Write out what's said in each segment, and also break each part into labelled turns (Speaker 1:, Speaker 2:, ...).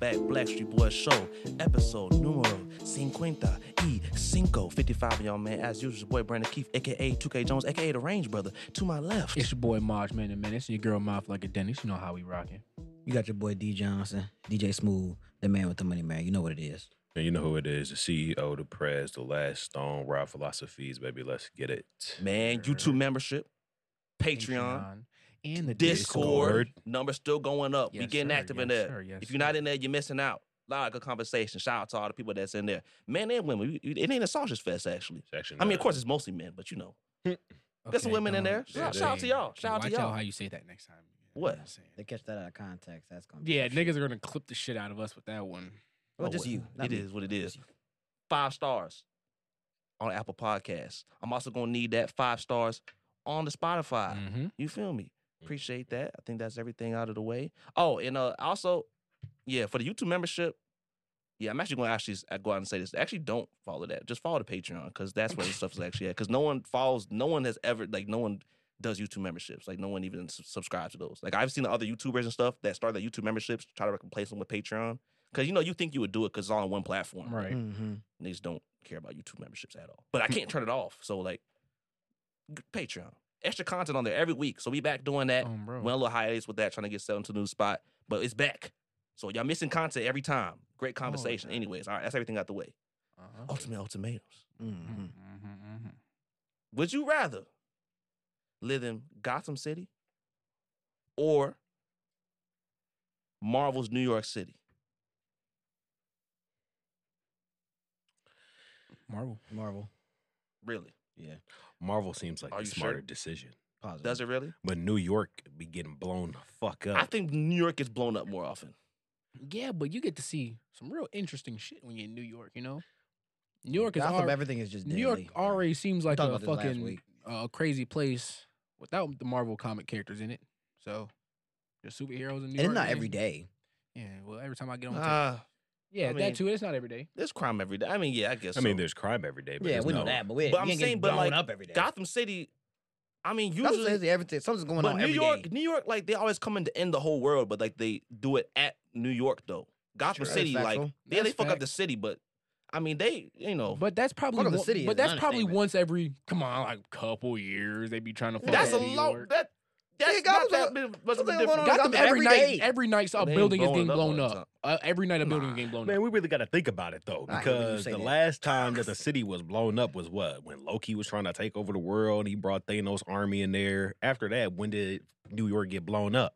Speaker 1: Backstreet Boys Show, episode numero 50 e cinco. 55, y'all, man. As usual, it's your boy Brandon Keith, aka 2K Jones, aka The Range Brother. To my left,
Speaker 2: It's your boy Marge Man and Menace, your girl Mouth Like a Dennis. You know how we rocking.
Speaker 3: You got your boy D Johnson, DJ Smooth, the man with the money, man. You know what it is.
Speaker 4: And you know who it is the CEO, the Prez, the last stone, Raw Philosophies, baby. Let's get it.
Speaker 1: man, YouTube membership, Patreon,
Speaker 2: and the
Speaker 1: Discord.
Speaker 4: Discord.
Speaker 1: Number still going up. we
Speaker 2: Yes,
Speaker 1: getting
Speaker 2: sir.
Speaker 1: active in
Speaker 2: Yes,
Speaker 1: there.
Speaker 2: sir. Yes,
Speaker 1: if you're not
Speaker 2: sir.
Speaker 1: in there, you're missing out. A lot of good conversation. Shout out to all the people that's in there. Men and women. We- It ain't a sausage fest, actually.
Speaker 4: It's actually
Speaker 1: I mean,
Speaker 4: not-
Speaker 1: of course, it's mostly men, but you know. There's some
Speaker 2: Okay,
Speaker 1: women in there.
Speaker 2: don't
Speaker 4: Shout-
Speaker 2: say
Speaker 4: shout
Speaker 1: out to y'all.
Speaker 2: it.
Speaker 1: Shout out to
Speaker 2: Watch
Speaker 1: y'all.
Speaker 2: how you say that next time. You know
Speaker 1: What?
Speaker 2: I'm saying?
Speaker 3: They catch that out of context. That's gonna be
Speaker 2: Yeah,
Speaker 3: some shit.
Speaker 2: niggas are gonna clip the shit out of us with that one.
Speaker 3: Well,
Speaker 1: Oh,
Speaker 3: just
Speaker 1: well,
Speaker 3: you. not
Speaker 1: it
Speaker 3: me.
Speaker 1: is what it is.
Speaker 3: Just you.
Speaker 1: Five stars on Apple Podcasts. I'm also gonna need that five stars on the Spotify.
Speaker 2: Mm-hmm.
Speaker 1: You feel me?
Speaker 4: Mhm.
Speaker 1: Appreciate that. I think that's everything out of the way. Oh, and uh, also, yeah, for the YouTube membership, yeah, I'm actually going to actually s- go out and say this. Actually, don't follow that. Just follow the Patreon because that's where the stuff is actually at. Because no one follows, no one has ever like no one does YouTube memberships. Like no one even s- subscribes to those. Like I've seen other YouTubers and stuff that start their YouTube memberships try to replace them with Patreon because you know you think you would do it because it's all on one platform.
Speaker 2: Right.
Speaker 3: Mhm.
Speaker 1: Niggas don't care about YouTube memberships at all. But I can't turn it off. So like g- Patreon, extra content on there every week. So we back doing
Speaker 4: Oh,
Speaker 1: that.
Speaker 2: Um, bro.
Speaker 1: Went a little hiatus with that, trying to get settled into a new spot, but it's back. So y'all missing content every time. Great
Speaker 4: Oh,
Speaker 1: conversation.
Speaker 2: yeah.
Speaker 1: Anyways, all right, that's everything out the way.
Speaker 2: Uh-huh.
Speaker 1: Ultimate ultimatums.
Speaker 2: Mm-hmm,
Speaker 3: Mhm.
Speaker 2: mm-hmm.
Speaker 1: Would you rather live in Gotham City or Marvel's New York City?
Speaker 2: Marvel.
Speaker 3: Marvel.
Speaker 1: Really?
Speaker 3: Yeah.
Speaker 4: Marvel seems like
Speaker 1: Are
Speaker 4: a
Speaker 1: Oh, you
Speaker 4: smarter
Speaker 1: sure?
Speaker 4: decision.
Speaker 3: Positive.
Speaker 1: Does it really?
Speaker 4: But New York be getting blown the fuck up.
Speaker 1: I think New York gets blown up more often.
Speaker 2: Yeah, but you get to see some real interesting shit when you're in New York. You know, New York is
Speaker 3: Gotham,
Speaker 2: alre-
Speaker 3: everything is just
Speaker 2: New York
Speaker 3: deadly.
Speaker 2: already seems like
Speaker 3: talked
Speaker 2: a
Speaker 3: about this last
Speaker 2: fucking
Speaker 3: week.
Speaker 2: uh, crazy place without the Marvel comic characters in it. So just superheroes in New
Speaker 3: And
Speaker 2: York.
Speaker 3: it's not
Speaker 2: man.
Speaker 3: every day.
Speaker 2: Yeah, well, every time I get on, Tik-
Speaker 1: Ah,
Speaker 2: yeah,
Speaker 1: I mean-
Speaker 2: that too. It's not every day.
Speaker 1: there's crime every day. I mean, yeah, I guess.
Speaker 4: I mean,
Speaker 1: so.
Speaker 4: there's crime every day, but
Speaker 3: Yeah,
Speaker 4: there's
Speaker 3: we know
Speaker 4: no-
Speaker 3: that, but we
Speaker 1: But I'm
Speaker 3: we ain't getting
Speaker 1: saying, but,
Speaker 3: blown
Speaker 1: like,
Speaker 3: up every day.
Speaker 1: Gotham City. I mean,
Speaker 3: Gotham
Speaker 1: usually
Speaker 3: says everything. Something's going
Speaker 1: but
Speaker 3: on
Speaker 1: New
Speaker 3: every day.
Speaker 1: York, New York, like they always come in to end the whole world, but like they do it at New York though. Gotham
Speaker 3: That's
Speaker 1: City, like oh,
Speaker 3: factual.
Speaker 1: yeah, they
Speaker 2: That's
Speaker 1: fuck up the
Speaker 2: facts.
Speaker 1: city, but I mean they, you know,
Speaker 2: But that's probably
Speaker 3: Fuck up the
Speaker 2: one-
Speaker 3: city is
Speaker 2: But
Speaker 3: an
Speaker 2: that's probably
Speaker 3: understatement.
Speaker 2: once every come on, like couple years they be trying to. Fuck
Speaker 1: that's a
Speaker 2: up New
Speaker 1: lot.
Speaker 2: York.
Speaker 1: That that's not
Speaker 3: Gotham's
Speaker 1: that
Speaker 3: a-
Speaker 1: big, much of a
Speaker 3: something
Speaker 1: difference.
Speaker 3: going on in
Speaker 2: Gotham
Speaker 3: Gotham every
Speaker 2: night.
Speaker 3: day.
Speaker 2: Every night, a
Speaker 1: They ain't
Speaker 2: building is
Speaker 1: blowing
Speaker 2: getting
Speaker 1: it up all
Speaker 2: blown
Speaker 1: the
Speaker 2: up.
Speaker 1: time.
Speaker 2: Uh, every night, a building
Speaker 1: Nah.
Speaker 2: getting blown
Speaker 4: Man,
Speaker 2: up.
Speaker 4: we really got to think about it though,
Speaker 3: I hate when you
Speaker 4: because
Speaker 3: say
Speaker 4: the
Speaker 3: that.
Speaker 4: last time that the city was blown up was what when Loki was trying to take over the world. He brought Thanos' army in there. After that, when did New York get blown up?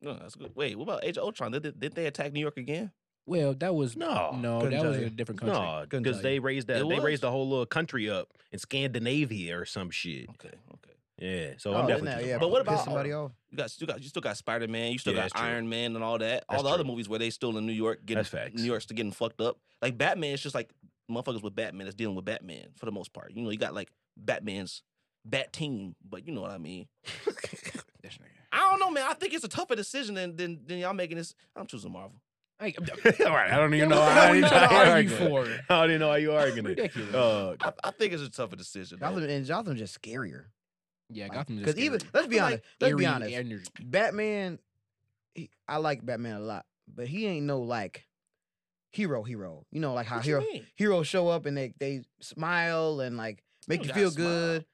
Speaker 1: No, that's good. Wait, what about Age of Ultron? Did, did they attack New York again?
Speaker 2: Well, that was
Speaker 4: No,
Speaker 2: no,
Speaker 3: couldn't
Speaker 2: that
Speaker 3: tell
Speaker 2: was in
Speaker 3: you.
Speaker 2: a different country.
Speaker 4: No,
Speaker 3: Couldn't
Speaker 4: because
Speaker 3: tell
Speaker 4: they
Speaker 3: you.
Speaker 4: raised
Speaker 1: It
Speaker 4: that they
Speaker 1: was.
Speaker 4: raised the whole little country up in Scandinavia or some shit.
Speaker 1: Okay, okay.
Speaker 4: Yeah, so
Speaker 3: Oh,
Speaker 4: I'm
Speaker 3: didn't
Speaker 4: definitely.
Speaker 3: that-
Speaker 4: choosing
Speaker 3: yeah,
Speaker 1: But
Speaker 4: Marvel.
Speaker 1: what
Speaker 3: piss
Speaker 1: about-
Speaker 3: somebody off?
Speaker 1: You got you got you still got Spider Man. You still
Speaker 4: Yeah,
Speaker 1: got
Speaker 4: that's true.
Speaker 1: Iron Man and all that. all
Speaker 4: That's
Speaker 1: the other
Speaker 4: true.
Speaker 1: movies where they still in New York, getting
Speaker 4: That's facts.
Speaker 1: New York's still getting fucked up. Like Batman, it's just like motherfuckers with Batman is dealing with Batman for the most part. You know, you got like Batman's Bat Team, but you know what I mean.
Speaker 2: This nigga.
Speaker 1: I don't know, man. I think it's a tougher decision than than, than y'all making this. I'm choosing Marvel.
Speaker 2: Like,
Speaker 4: All right, I don't even
Speaker 2: what
Speaker 4: know.
Speaker 2: the
Speaker 4: I
Speaker 2: hell
Speaker 4: don't
Speaker 2: we
Speaker 4: even know
Speaker 2: trying to
Speaker 4: how you
Speaker 2: argue
Speaker 4: arguing
Speaker 2: for?
Speaker 4: it. I don't even know how you arguing it.
Speaker 2: Ridiculous.
Speaker 4: Uh,
Speaker 1: I, I think it's a tougher decision. man.
Speaker 3: Gotham and Gotham's just scarier.
Speaker 2: yeah,
Speaker 3: Like,
Speaker 2: Gotham.
Speaker 3: Because even let's be
Speaker 2: feel like
Speaker 3: honest. Let's be
Speaker 2: eerie
Speaker 3: honest.
Speaker 2: energy.
Speaker 3: Batman, he, I like Batman a lot, but he ain't no like hero hero. You know, like how
Speaker 1: What you
Speaker 3: hero
Speaker 1: mean?
Speaker 3: heroes show up and they they smile and like make
Speaker 1: don't
Speaker 3: you
Speaker 1: gotta
Speaker 3: feel
Speaker 1: smile.
Speaker 3: good.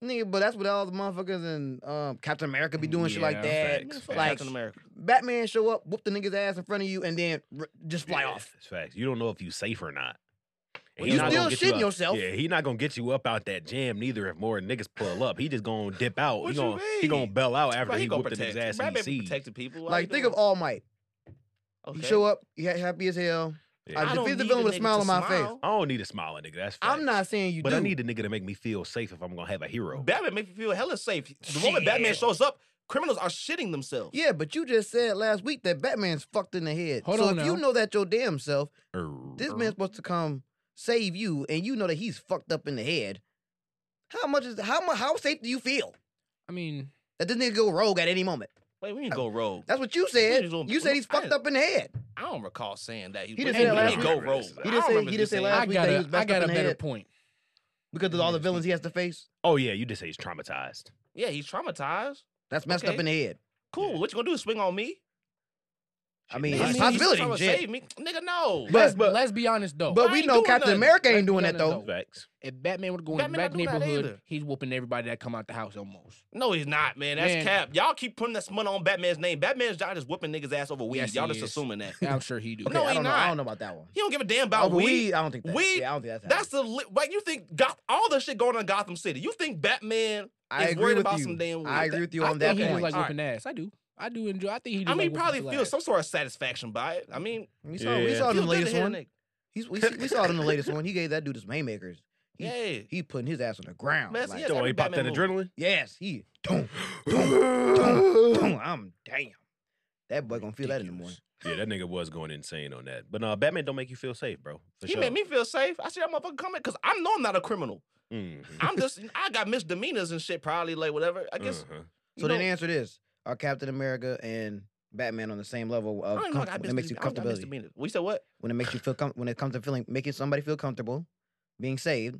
Speaker 3: Nigga, but that's what all the motherfuckers and um, Captain America be doing shit like
Speaker 2: Yeah,
Speaker 3: that.
Speaker 1: Man,
Speaker 4: facts,
Speaker 1: fuck
Speaker 3: like-
Speaker 1: Captain America.
Speaker 3: Batman show up, whoop the nigga's ass in front of you, and then r- just fly
Speaker 4: yeah,
Speaker 3: off.
Speaker 4: It's facts. You don't know if you safe or not. And
Speaker 1: Well,
Speaker 4: he
Speaker 1: you
Speaker 4: not
Speaker 1: still
Speaker 4: gonna get
Speaker 3: shitting
Speaker 4: up-
Speaker 3: yourself.
Speaker 4: Yeah, he not gonna get you up out that jam neither. If more niggas pull up, he just gonna dip out.
Speaker 1: What
Speaker 4: he
Speaker 1: you
Speaker 4: gonna he gonna
Speaker 1: mean?
Speaker 4: bail out after
Speaker 1: Bro,
Speaker 4: he,
Speaker 1: gonna
Speaker 4: whooped in his
Speaker 1: protect.
Speaker 4: ass and
Speaker 1: Batman
Speaker 4: he see.
Speaker 1: protecting people. Why
Speaker 3: Like
Speaker 1: you
Speaker 3: think
Speaker 1: doing
Speaker 3: of All Might.
Speaker 1: that?
Speaker 3: He
Speaker 1: Okay.
Speaker 3: show up, he ha- happy as hell.
Speaker 4: Yeah.
Speaker 3: I
Speaker 4: I,
Speaker 1: don't
Speaker 3: defeat the
Speaker 1: need
Speaker 3: villain with a
Speaker 1: nigga
Speaker 3: smile
Speaker 1: to
Speaker 3: on my face.
Speaker 1: smile.
Speaker 4: don't need a smiling nigga. That's facts.
Speaker 3: I'm not saying you
Speaker 4: But
Speaker 3: do.
Speaker 4: I need a nigga to make me feel safe if I'm gonna have a hero.
Speaker 1: Batman make me feel hella safe. The moment Batman
Speaker 3: Shit.
Speaker 1: shows up, criminals are shitting themselves.
Speaker 3: yeah, but you just said last week that Batman's fucked in the head.
Speaker 2: Hold
Speaker 3: so
Speaker 2: on
Speaker 3: if you
Speaker 2: now.
Speaker 3: know that your damn self,
Speaker 4: Er,
Speaker 3: This
Speaker 4: er.
Speaker 1: Uh-huh.
Speaker 3: man's supposed to come save you, and you know that he's fucked up in the head. How much is how much how safe do you feel
Speaker 2: I mean,
Speaker 3: that this nigga go rogue at any moment?
Speaker 1: Wait, we didn't go rogue.
Speaker 3: That's what you said.
Speaker 1: just don't-
Speaker 3: You said he's
Speaker 1: I-
Speaker 3: fucked up in the head.
Speaker 1: I don't recall saying that. He,
Speaker 3: He
Speaker 1: we
Speaker 3: didn't say
Speaker 1: didn't
Speaker 3: that
Speaker 1: we
Speaker 3: last
Speaker 1: didn't
Speaker 4: week.
Speaker 1: go rogue.
Speaker 4: He
Speaker 1: I don't
Speaker 3: didn't say-
Speaker 1: remember
Speaker 3: he
Speaker 1: you
Speaker 3: didn't say
Speaker 1: saying
Speaker 3: last
Speaker 2: I
Speaker 1: that.
Speaker 3: week
Speaker 2: got
Speaker 3: that he
Speaker 2: a
Speaker 3: was
Speaker 2: I
Speaker 3: messed
Speaker 2: got
Speaker 3: up
Speaker 2: a
Speaker 3: in the
Speaker 2: better
Speaker 3: head.
Speaker 2: point.
Speaker 3: Because of all the
Speaker 2: Yeah.
Speaker 3: villains he has to face,
Speaker 4: Oh yeah, you just say he's traumatized.
Speaker 1: Yeah, he's traumatized.
Speaker 3: that's messed
Speaker 1: Okay.
Speaker 3: up in the head.
Speaker 1: Cool.
Speaker 4: Yeah.
Speaker 1: What you gonna do? Swing on me?
Speaker 3: I mean,
Speaker 1: I mean,
Speaker 3: it's a
Speaker 1: you
Speaker 3: possibility.
Speaker 1: tryna
Speaker 3: Shit.
Speaker 1: Save me, nigga. No,
Speaker 3: But-
Speaker 2: let's,
Speaker 4: but-
Speaker 2: let's be honest though.
Speaker 3: But
Speaker 1: I
Speaker 3: we
Speaker 1: ain't
Speaker 3: know
Speaker 1: doing
Speaker 3: Captain
Speaker 1: nothing.
Speaker 3: America ain't doing
Speaker 2: Ain't
Speaker 3: that
Speaker 2: doing
Speaker 3: though.
Speaker 2: nothing,
Speaker 4: Facts.
Speaker 2: if Batman would go in the
Speaker 1: Batman
Speaker 2: back
Speaker 1: don't do that
Speaker 2: neighborhood,
Speaker 1: either.
Speaker 2: he's whooping everybody that come out the house almost.
Speaker 1: no, he's not, man. That's
Speaker 2: Man.
Speaker 1: cap. Y'all keep putting that smut on Batman's name. Batman's job is whipping niggas ass over weed.
Speaker 2: Yes,
Speaker 1: Y'all
Speaker 2: he
Speaker 1: just
Speaker 2: is.
Speaker 1: assuming that.
Speaker 2: I'm sure he do.
Speaker 1: No,
Speaker 3: I
Speaker 1: he
Speaker 3: don't know. I
Speaker 1: not.
Speaker 3: don't know about that one.
Speaker 1: He don't give a damn about
Speaker 3: Oh, but
Speaker 1: weed.
Speaker 3: we, I don't think that.
Speaker 1: Weed-
Speaker 3: yeah, I don't think that's.
Speaker 1: That's
Speaker 3: happening.
Speaker 1: the li- like you think Goth- all the shit going on in Gotham City. You think Batman?
Speaker 3: I
Speaker 1: is
Speaker 3: agree
Speaker 1: worried
Speaker 3: with
Speaker 1: about
Speaker 3: you.
Speaker 1: some damn
Speaker 3: I
Speaker 1: weed.
Speaker 3: agree with you
Speaker 1: I
Speaker 3: on
Speaker 1: think
Speaker 3: that
Speaker 2: think he
Speaker 1: he's
Speaker 2: just
Speaker 3: point.
Speaker 2: like
Speaker 1: All
Speaker 2: whipping ass. I do. I do enjoy. I think he. Just
Speaker 1: I mean,
Speaker 2: like whooping
Speaker 1: probably
Speaker 2: people's
Speaker 1: feels
Speaker 2: ass.
Speaker 1: some sort of satisfaction by it. I mean,
Speaker 3: we saw, we
Speaker 4: Yeah.
Speaker 3: saw it
Speaker 1: feel
Speaker 3: in the
Speaker 1: good to
Speaker 3: latest
Speaker 1: hear a
Speaker 3: one.
Speaker 1: nigga.
Speaker 3: He's, we, see- we saw it in the latest one. He gave that dude his haymakers. He-
Speaker 1: Yeah.
Speaker 3: He putting his ass on the ground.
Speaker 1: Man,
Speaker 3: like,
Speaker 1: yes.
Speaker 4: Don't
Speaker 1: every
Speaker 4: he pop that
Speaker 1: Batman
Speaker 4: adrenaline?
Speaker 3: Yes, he. Boom, boom,
Speaker 4: yeah,
Speaker 3: I'm damn. That boy gonna feel that in the morning.
Speaker 4: that nigga was going insane on that. But no, Batman don't make you feel safe, bro. For
Speaker 1: He
Speaker 4: sure.
Speaker 1: made me feel safe. I see that motherfucker coming because I know I'm not a criminal.
Speaker 4: Mhm.
Speaker 1: I'm just I got misdemeanors and shit probably like whatever. I guess
Speaker 4: Uh-huh.
Speaker 1: you
Speaker 3: So then
Speaker 1: know,
Speaker 3: answer this: Are Captain America and Batman on the same level
Speaker 1: I
Speaker 3: of
Speaker 1: don't even know I got
Speaker 3: comfort, when it Mm. makes you
Speaker 1: misdemeanors. I don't got
Speaker 3: comfortability?
Speaker 1: misdemeanors. We said what?
Speaker 3: When it makes you feel com- when it comes to feeling making somebody feel comfortable, being saved,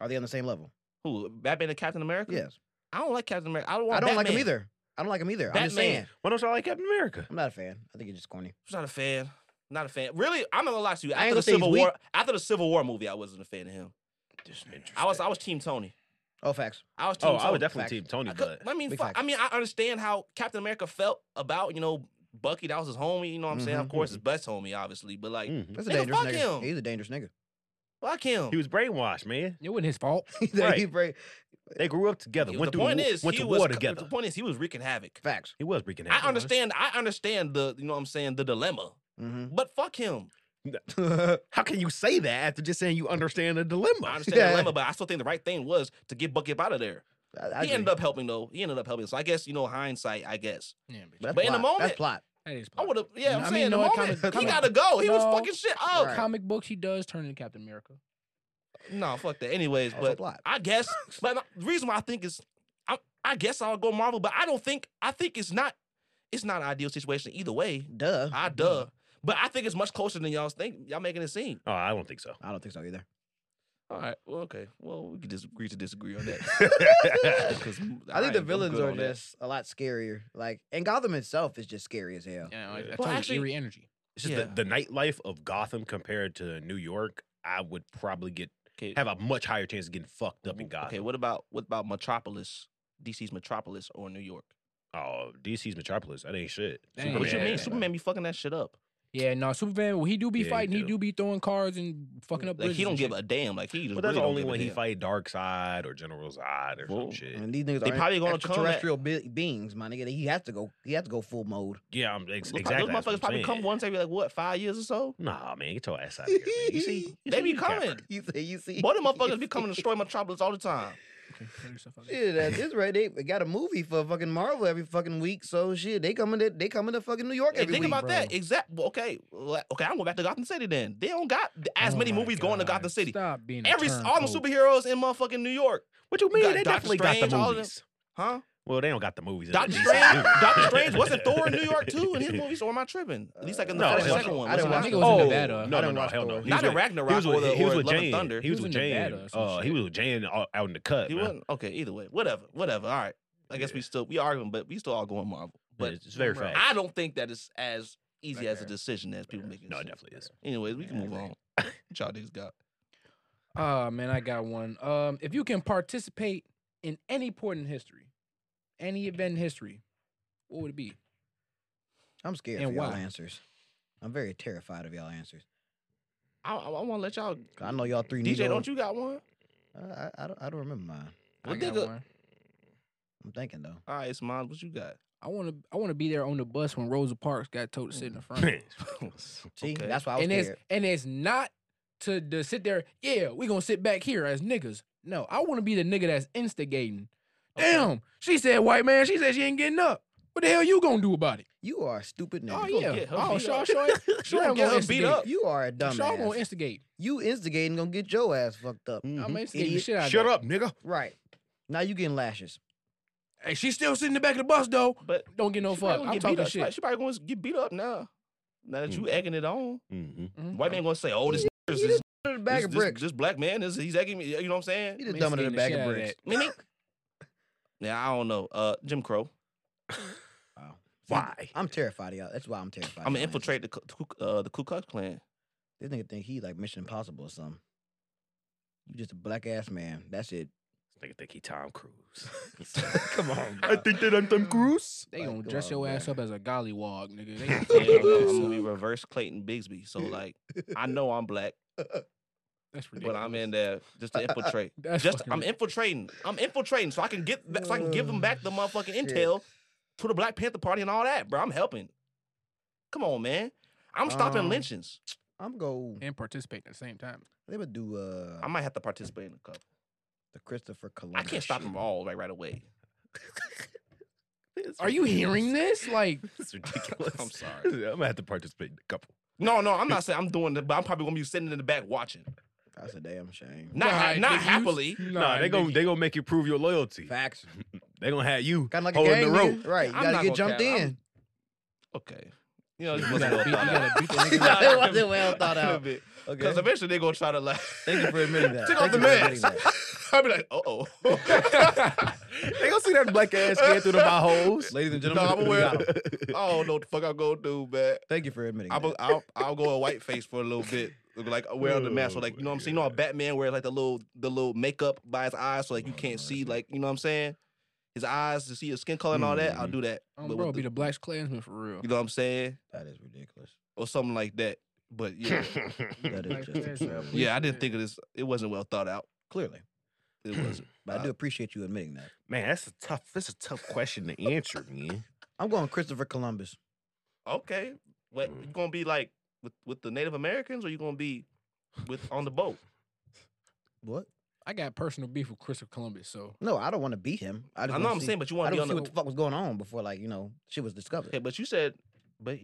Speaker 3: are they on the same level?
Speaker 1: Who? Batman and Captain America?
Speaker 3: Yes.
Speaker 1: I don't like Captain America. I don't want
Speaker 3: I don't like him
Speaker 1: Batman.
Speaker 3: either. I don't like him either. I'm just
Speaker 1: Batman.
Speaker 3: saying.
Speaker 4: Why don't y'all like Captain America?
Speaker 3: I'm not a fan. I think it's just corny.
Speaker 1: I'm not a fan. Not a fan. Really, I'm not gonna lie to you.
Speaker 3: I ain't
Speaker 1: After
Speaker 3: gonna
Speaker 1: the
Speaker 3: say he's
Speaker 1: Civil
Speaker 3: weak.
Speaker 1: War, after the Civil War movie, I wasn't a fan of him. I was I was Team Tony.
Speaker 3: Oh, facts.
Speaker 1: I was Team
Speaker 4: Oh, I
Speaker 1: Tony.
Speaker 4: was definitely
Speaker 3: Facts.
Speaker 4: Team Tony,
Speaker 1: I,
Speaker 4: but
Speaker 1: could- I mean,
Speaker 3: Big
Speaker 1: fuck-
Speaker 3: facts.
Speaker 1: I mean, I understand how Captain America felt about you know Bucky. That was his homie. You know what I'm saying? Of
Speaker 3: Mhm,
Speaker 1: course, his best homie, obviously. But like,
Speaker 4: Mhm.
Speaker 3: That's a
Speaker 1: Nigga,
Speaker 3: dangerous
Speaker 1: fuck
Speaker 3: nigga.
Speaker 1: him.
Speaker 3: He's a dangerous nigga.
Speaker 1: fuck him.
Speaker 4: he was brainwashed, man.
Speaker 2: It wasn't his fault.
Speaker 3: He's a- he
Speaker 4: Right.
Speaker 3: bra-
Speaker 4: They grew up together.
Speaker 1: He-
Speaker 4: Went
Speaker 1: the
Speaker 4: through
Speaker 1: point
Speaker 4: wa-
Speaker 1: is
Speaker 4: went
Speaker 1: he
Speaker 4: to
Speaker 1: was
Speaker 4: war
Speaker 1: co-
Speaker 4: together.
Speaker 1: The point is he was wreaking havoc.
Speaker 3: Facts.
Speaker 4: He was breaking.
Speaker 1: I understand. I understand the you know what I'm saying the dilemma,
Speaker 3: hmm
Speaker 2: Mm-hmm.
Speaker 1: but fuck him.
Speaker 4: How can you say that after just saying you understand the dilemma?
Speaker 1: I understand
Speaker 3: Yeah.
Speaker 1: the dilemma, but I still think the right thing was to get Bucky up out of there. he ended up helping though. He ended up helping. So I guess you know hindsight. I guess
Speaker 2: Yeah, bitch.
Speaker 3: That's
Speaker 1: but in the
Speaker 3: plot.
Speaker 1: moment-
Speaker 3: that's plot.
Speaker 2: That is.
Speaker 1: I would have. Yeah, I'm
Speaker 2: I mean,
Speaker 1: saying in the
Speaker 2: no, it
Speaker 1: moment
Speaker 2: kinda-
Speaker 1: he
Speaker 2: kinda-
Speaker 1: gotta go. He was
Speaker 2: No.
Speaker 1: fucking shit up.
Speaker 3: Right.
Speaker 2: comic books. He does turn into Captain America.
Speaker 1: No, fuck that. Anyways,
Speaker 3: Also
Speaker 1: but
Speaker 3: plot.
Speaker 1: I guess. But my- the reason why I think is, I, I guess I'll go Marvel, but I don't think I think it's not. It's not an ideal situation either way.
Speaker 3: Duh.
Speaker 1: I duh. But I think it's much closer than y'all think. Y'all making it seem.
Speaker 4: Oh, I don't think so.
Speaker 3: I don't think so either.
Speaker 1: All right. Well, okay. Well, we can disagree to disagree on that.
Speaker 4: yeah,
Speaker 1: 'Cause
Speaker 3: I think the
Speaker 1: ain't- I'm
Speaker 3: villains
Speaker 1: good
Speaker 3: are
Speaker 1: on that.
Speaker 3: just a lot scarier. Like, and Gotham itself is just scary as hell.
Speaker 2: Yeah,
Speaker 4: Well,
Speaker 2: like, that's well,
Speaker 1: actually-
Speaker 2: eerie energy.
Speaker 4: it's just
Speaker 1: Yeah.
Speaker 4: the, the nightlife of Gotham compared to New York. I would probably get
Speaker 1: okay.
Speaker 4: have a much higher chance of getting fucked up
Speaker 1: w-
Speaker 4: in Gotham.
Speaker 1: Okay. What about what about Metropolis, DC's Metropolis, or New York?
Speaker 4: Oh, DC's Metropolis. That ain't shit.
Speaker 2: That ain't
Speaker 1: what you
Speaker 2: yeah.
Speaker 1: mean? Superman be fucking that shit up.
Speaker 2: Yeah, no, Superman. Well, he do be
Speaker 4: Yeah, he
Speaker 2: fighting. He do.
Speaker 4: do.
Speaker 2: be throwing cards and fucking up.
Speaker 1: Like he
Speaker 2: bridges
Speaker 1: don't
Speaker 2: and
Speaker 1: give
Speaker 2: shit.
Speaker 1: a damn. Like he just.
Speaker 4: But
Speaker 1: really
Speaker 4: that's the
Speaker 1: don't
Speaker 4: only
Speaker 1: give a
Speaker 4: one he
Speaker 1: damn.
Speaker 4: fight Dark Side or General Zod or
Speaker 1: Well,
Speaker 4: some shit.
Speaker 3: And these niggas
Speaker 1: They
Speaker 3: are
Speaker 1: probably gonna come at-
Speaker 3: extraterrestrial be- beings, my nigga. He has to go. He has to go full mode.
Speaker 4: yeah, I'm ex-
Speaker 1: Those-
Speaker 4: exactly.
Speaker 1: Those
Speaker 4: that's what
Speaker 1: motherfuckers
Speaker 4: I'm
Speaker 1: probably come
Speaker 4: saying.
Speaker 1: once every like what five years or so.
Speaker 4: Nah, man, get your ass out of here. Man. You see, you
Speaker 1: They
Speaker 4: see
Speaker 1: be
Speaker 4: you got-
Speaker 1: coming.
Speaker 3: You see, you see.
Speaker 1: Boy, them motherfuckers be coming to destroy Metropolis all the time.
Speaker 2: Okay, tell yourself out there.
Speaker 3: Shit, at this rate, they got a movie for fucking Marvel every fucking week. So shit, they coming to they coming to fucking New York
Speaker 1: Hey,
Speaker 3: every
Speaker 1: think
Speaker 3: week.
Speaker 1: about
Speaker 3: bro.
Speaker 1: that. Exact. well, Okay. well, Okay. I'm going back to Gotham City. Then they don't got th- as
Speaker 2: Oh
Speaker 1: many
Speaker 2: my
Speaker 1: movies going to
Speaker 2: God,
Speaker 1: Gotham City.
Speaker 2: Stop being a
Speaker 1: Every all the
Speaker 2: turncoat.
Speaker 1: superheroes in motherfucking New York,
Speaker 4: What you mean?
Speaker 1: got
Speaker 4: they
Speaker 1: Doctor
Speaker 4: definitely
Speaker 1: Strange, all
Speaker 4: got
Speaker 1: of
Speaker 4: the
Speaker 1: them.
Speaker 4: movies.
Speaker 1: huh?
Speaker 4: Well, they don't got the movies. that
Speaker 1: Doctor
Speaker 4: DC
Speaker 1: Strange.
Speaker 4: do.
Speaker 1: Doctor Strange wasn't Thor in New York too in his movies, or am I tripping? At least like in the
Speaker 4: No,
Speaker 1: first and
Speaker 4: hell
Speaker 1: second
Speaker 3: no.
Speaker 1: one.
Speaker 3: I didn't
Speaker 1: wasn't
Speaker 3: watch
Speaker 1: it?
Speaker 2: those. I think it was in
Speaker 1: Oh,
Speaker 2: Nevada. I
Speaker 4: No, no,
Speaker 3: didn't
Speaker 4: no,
Speaker 3: watch
Speaker 4: hell
Speaker 3: Thor.
Speaker 4: no. He
Speaker 1: Not
Speaker 4: was
Speaker 1: in
Speaker 4: with-
Speaker 1: Ragnarok or the
Speaker 4: he was
Speaker 1: or
Speaker 4: with
Speaker 1: Love and
Speaker 4: Jane.
Speaker 1: Thunder.
Speaker 4: He was
Speaker 2: He
Speaker 4: with
Speaker 2: was in
Speaker 4: Jane.
Speaker 2: Nevada or some
Speaker 4: Uh, he
Speaker 2: shit.
Speaker 4: was with Jane out, out in the cut.
Speaker 1: He
Speaker 4: man.
Speaker 1: wasn't okay. Either way, whatever, whatever. All right. I guess we still we arguing, but we still all going Marvel. But
Speaker 4: it's very
Speaker 2: Bro,
Speaker 4: fast.
Speaker 1: I don't think that it's as easy
Speaker 2: Fair.
Speaker 1: as a decision as people make.
Speaker 4: No, it definitely is.
Speaker 1: Anyways, we can
Speaker 3: Yeah, I
Speaker 1: move
Speaker 3: agree.
Speaker 1: on. What y'all niggas got.
Speaker 2: Oh man, I got one. Um, if you can participate in any point in history, any event in history, what would it be?
Speaker 3: I'm scared
Speaker 2: And
Speaker 3: for y'all
Speaker 2: why?
Speaker 3: answers. I'm very terrified of y'all answers.
Speaker 1: I, I, want to let y'all.
Speaker 3: 'Cause I know y'all three.
Speaker 1: DJ,
Speaker 3: Negro-
Speaker 1: don't you got one?
Speaker 3: I, I, I don't. I don't remember mine.
Speaker 2: I
Speaker 1: Well,
Speaker 2: got
Speaker 1: nigga-
Speaker 2: one.
Speaker 3: I'm thinking though.
Speaker 1: All right, it's mine. What you got?
Speaker 2: I want to. I want to be there on the bus when Rosa Parks got told to sit in the front.
Speaker 3: See,
Speaker 1: Okay.
Speaker 3: that's why Mm. I was
Speaker 2: and it's
Speaker 3: scared.
Speaker 2: and it's not to, to sit there. Yeah, we gonna sit back here as niggas. No, I want to be the nigga that's instigating.
Speaker 1: Okay.
Speaker 2: Damn, she said white man. She said she ain't getting up. What the hell you gonna do about it?
Speaker 3: You are a stupid nigga.
Speaker 2: Oh
Speaker 1: you
Speaker 2: yeah.
Speaker 1: gonna get her
Speaker 2: Oh
Speaker 1: beat
Speaker 2: Shaw,
Speaker 1: up.
Speaker 2: Shaw,
Speaker 1: You
Speaker 2: Shaw
Speaker 1: gonna get
Speaker 2: gonna
Speaker 1: her beat
Speaker 2: instigate.
Speaker 1: up.
Speaker 3: You are a
Speaker 2: Shaw gonna
Speaker 3: dumbass.
Speaker 2: instigate.
Speaker 3: You instigating gonna get your ass fucked up.
Speaker 1: Mm-hmm.
Speaker 2: I'm instigating the
Speaker 3: Idiot.
Speaker 2: shit out of
Speaker 4: Shut
Speaker 2: that.
Speaker 4: up, nigga.
Speaker 3: Right. Now you getting lashes.
Speaker 2: Hey, she's still sitting in the back of the bus though.
Speaker 1: But
Speaker 2: Don't get no
Speaker 1: she probably
Speaker 2: fuck.
Speaker 1: gonna
Speaker 2: I'm
Speaker 1: get
Speaker 2: talking
Speaker 1: beat up. She
Speaker 2: shit.
Speaker 1: probably- She probably going to get beat up now. Now that you
Speaker 4: Mm.
Speaker 1: egging it on,
Speaker 4: Mm-hmm.
Speaker 2: Mhm.
Speaker 1: white man going to say, "Oh, this." This,
Speaker 3: you
Speaker 1: this,
Speaker 3: Put it in a bag
Speaker 1: this,
Speaker 3: of bricks.
Speaker 1: this black man is he's egging me. You know what I'm saying?
Speaker 3: You the
Speaker 2: Man,
Speaker 3: dumb in a
Speaker 2: scared the
Speaker 3: bag
Speaker 2: shit
Speaker 3: of
Speaker 2: out of
Speaker 3: bricks.
Speaker 1: Yeah, I don't know. Uh, Jim Crow.
Speaker 3: Wow.
Speaker 4: Why?
Speaker 3: I'm terrified of y'all. That's why I'm terrified.
Speaker 1: I'm
Speaker 3: of
Speaker 1: gonna
Speaker 3: y'all
Speaker 1: infiltrate the Ku- Ku- uh, the Ku Klux Klan.
Speaker 3: niggas. This nigga think he like Mission Impossible or something. You just a black ass man. That's it.
Speaker 4: Nigga think he Tom Cruise.
Speaker 3: Come on,
Speaker 4: I
Speaker 3: bro.
Speaker 4: think that I'm Tom Cruise.
Speaker 2: They
Speaker 3: Like,
Speaker 2: gonna
Speaker 3: come
Speaker 2: dress
Speaker 3: on,
Speaker 2: your ass
Speaker 3: bruh.
Speaker 2: up as a gollywog, nigga. They gonna
Speaker 1: Yeah,
Speaker 2: fuck your
Speaker 1: I'm, I'm
Speaker 2: ass
Speaker 1: gonna be
Speaker 2: up.
Speaker 1: reverse Clayton Bigsby. So like, I know I'm black,
Speaker 2: That's ridiculous.
Speaker 1: but I'm in there just to infiltrate.
Speaker 2: That's
Speaker 1: Just
Speaker 2: fucking
Speaker 1: I'm
Speaker 2: rid-
Speaker 1: infiltrating. I'm infiltrating, so I can get ba- so I can give them back the
Speaker 3: Oh,
Speaker 1: motherfucking
Speaker 3: shit.
Speaker 1: intel to the Black Panther Party and all that, bro. I'm helping. Come on, man. I'm stopping
Speaker 3: Um,
Speaker 1: lynchings.
Speaker 3: I'm go.
Speaker 2: and participate at the same time.
Speaker 3: They would do uh
Speaker 1: I might have to participate in a couple.
Speaker 3: the Christopher
Speaker 1: I
Speaker 3: Columbus.
Speaker 1: can't stop them
Speaker 3: shit.
Speaker 1: all right right away.
Speaker 4: It's
Speaker 2: Are you hearing this? Like,
Speaker 4: It's ridiculous.
Speaker 1: I'm sorry.
Speaker 4: I'm gonna have to participate in a couple.
Speaker 1: No, no, I'm not saying I'm doing it, but I'm probably gonna be sitting in the back watching.
Speaker 3: That's a damn shame.
Speaker 1: Not ha-
Speaker 2: nah,
Speaker 1: not
Speaker 2: nigga, you-
Speaker 1: happily.
Speaker 4: Nah, they gonna
Speaker 2: nigga.
Speaker 4: they gonna make you prove your loyalty.
Speaker 3: Facts.
Speaker 4: They gonna have you
Speaker 3: Kind of like
Speaker 4: holding
Speaker 3: a gang,
Speaker 4: the rope.
Speaker 3: nigga. right? You
Speaker 1: I'm not
Speaker 3: gotta get
Speaker 1: gonna
Speaker 3: jumped
Speaker 1: cap. I'm-
Speaker 3: in.
Speaker 1: Okay. You know,
Speaker 2: You
Speaker 1: this
Speaker 2: gotta
Speaker 1: wasn't
Speaker 2: beat-
Speaker 1: well
Speaker 2: you
Speaker 1: thought
Speaker 2: gotta
Speaker 1: out.
Speaker 2: beat the nigga
Speaker 3: up. It wasn't
Speaker 1: Nah,
Speaker 3: well thought
Speaker 1: a
Speaker 3: out.
Speaker 1: bit.
Speaker 3: Okay.
Speaker 1: Because eventually they're gonna try to like
Speaker 3: Thank you for admitting that.
Speaker 1: Took
Speaker 3: Thank
Speaker 1: off the
Speaker 3: you for admitting
Speaker 1: mask.
Speaker 3: that.
Speaker 1: I'd be like, uh oh. they
Speaker 4: They gonna see that black ass kid through the holes.
Speaker 3: Ladies and gentlemen,
Speaker 1: Nah, I'm
Speaker 3: we
Speaker 1: aware. Oh.
Speaker 3: got 'em.
Speaker 1: I don't know what the fuck I'm gonna do, man.
Speaker 3: Thank you for admitting
Speaker 1: I'll,
Speaker 3: that.
Speaker 1: be- I'll I'll go a white face for a little bit. Look Like wear the mask, so
Speaker 4: Oh
Speaker 1: like you
Speaker 4: my
Speaker 1: know what I'm saying. You know how Batman wears like the little the little makeup by his eyes, so like you
Speaker 3: Oh,
Speaker 1: can't
Speaker 3: no,
Speaker 1: see
Speaker 3: that's-
Speaker 1: like you know what I'm saying. His eyes to see his skin color and all that. I'll
Speaker 4: Mhm.
Speaker 1: do that.
Speaker 2: Um,
Speaker 1: but
Speaker 2: bro,
Speaker 1: with
Speaker 2: be
Speaker 1: the-
Speaker 2: the Black Klansman for real.
Speaker 1: you know what I'm saying,
Speaker 3: That is ridiculous.
Speaker 1: or something like that. But yeah,
Speaker 3: That is
Speaker 2: Like
Speaker 3: just
Speaker 2: this, man.
Speaker 3: absurd.
Speaker 2: Please
Speaker 1: yeah, I didn't
Speaker 2: forgive.
Speaker 1: think of this. It wasn't well thought out.
Speaker 3: Clearly,
Speaker 1: It wasn't.
Speaker 3: but I do appreciate you admitting that.
Speaker 4: Man, that's a tough. That's a tough question to answer, man.
Speaker 3: I'm going Christopher Columbus.
Speaker 1: Okay, what
Speaker 4: Mm.
Speaker 1: you gonna be like with with the Native Americans, or you gonna be with on the boat?
Speaker 3: What?
Speaker 2: I got personal beef with Christopher Columbus, so
Speaker 3: No, I don't want to beat him. I, just
Speaker 1: I know
Speaker 3: wanna
Speaker 1: I'm
Speaker 3: see-
Speaker 1: saying, but you
Speaker 3: I
Speaker 1: want to
Speaker 3: don't
Speaker 1: be on
Speaker 3: see
Speaker 1: the
Speaker 3: what the fuck was going on before, like you know, shit was discovered.
Speaker 1: Okay, but you said, but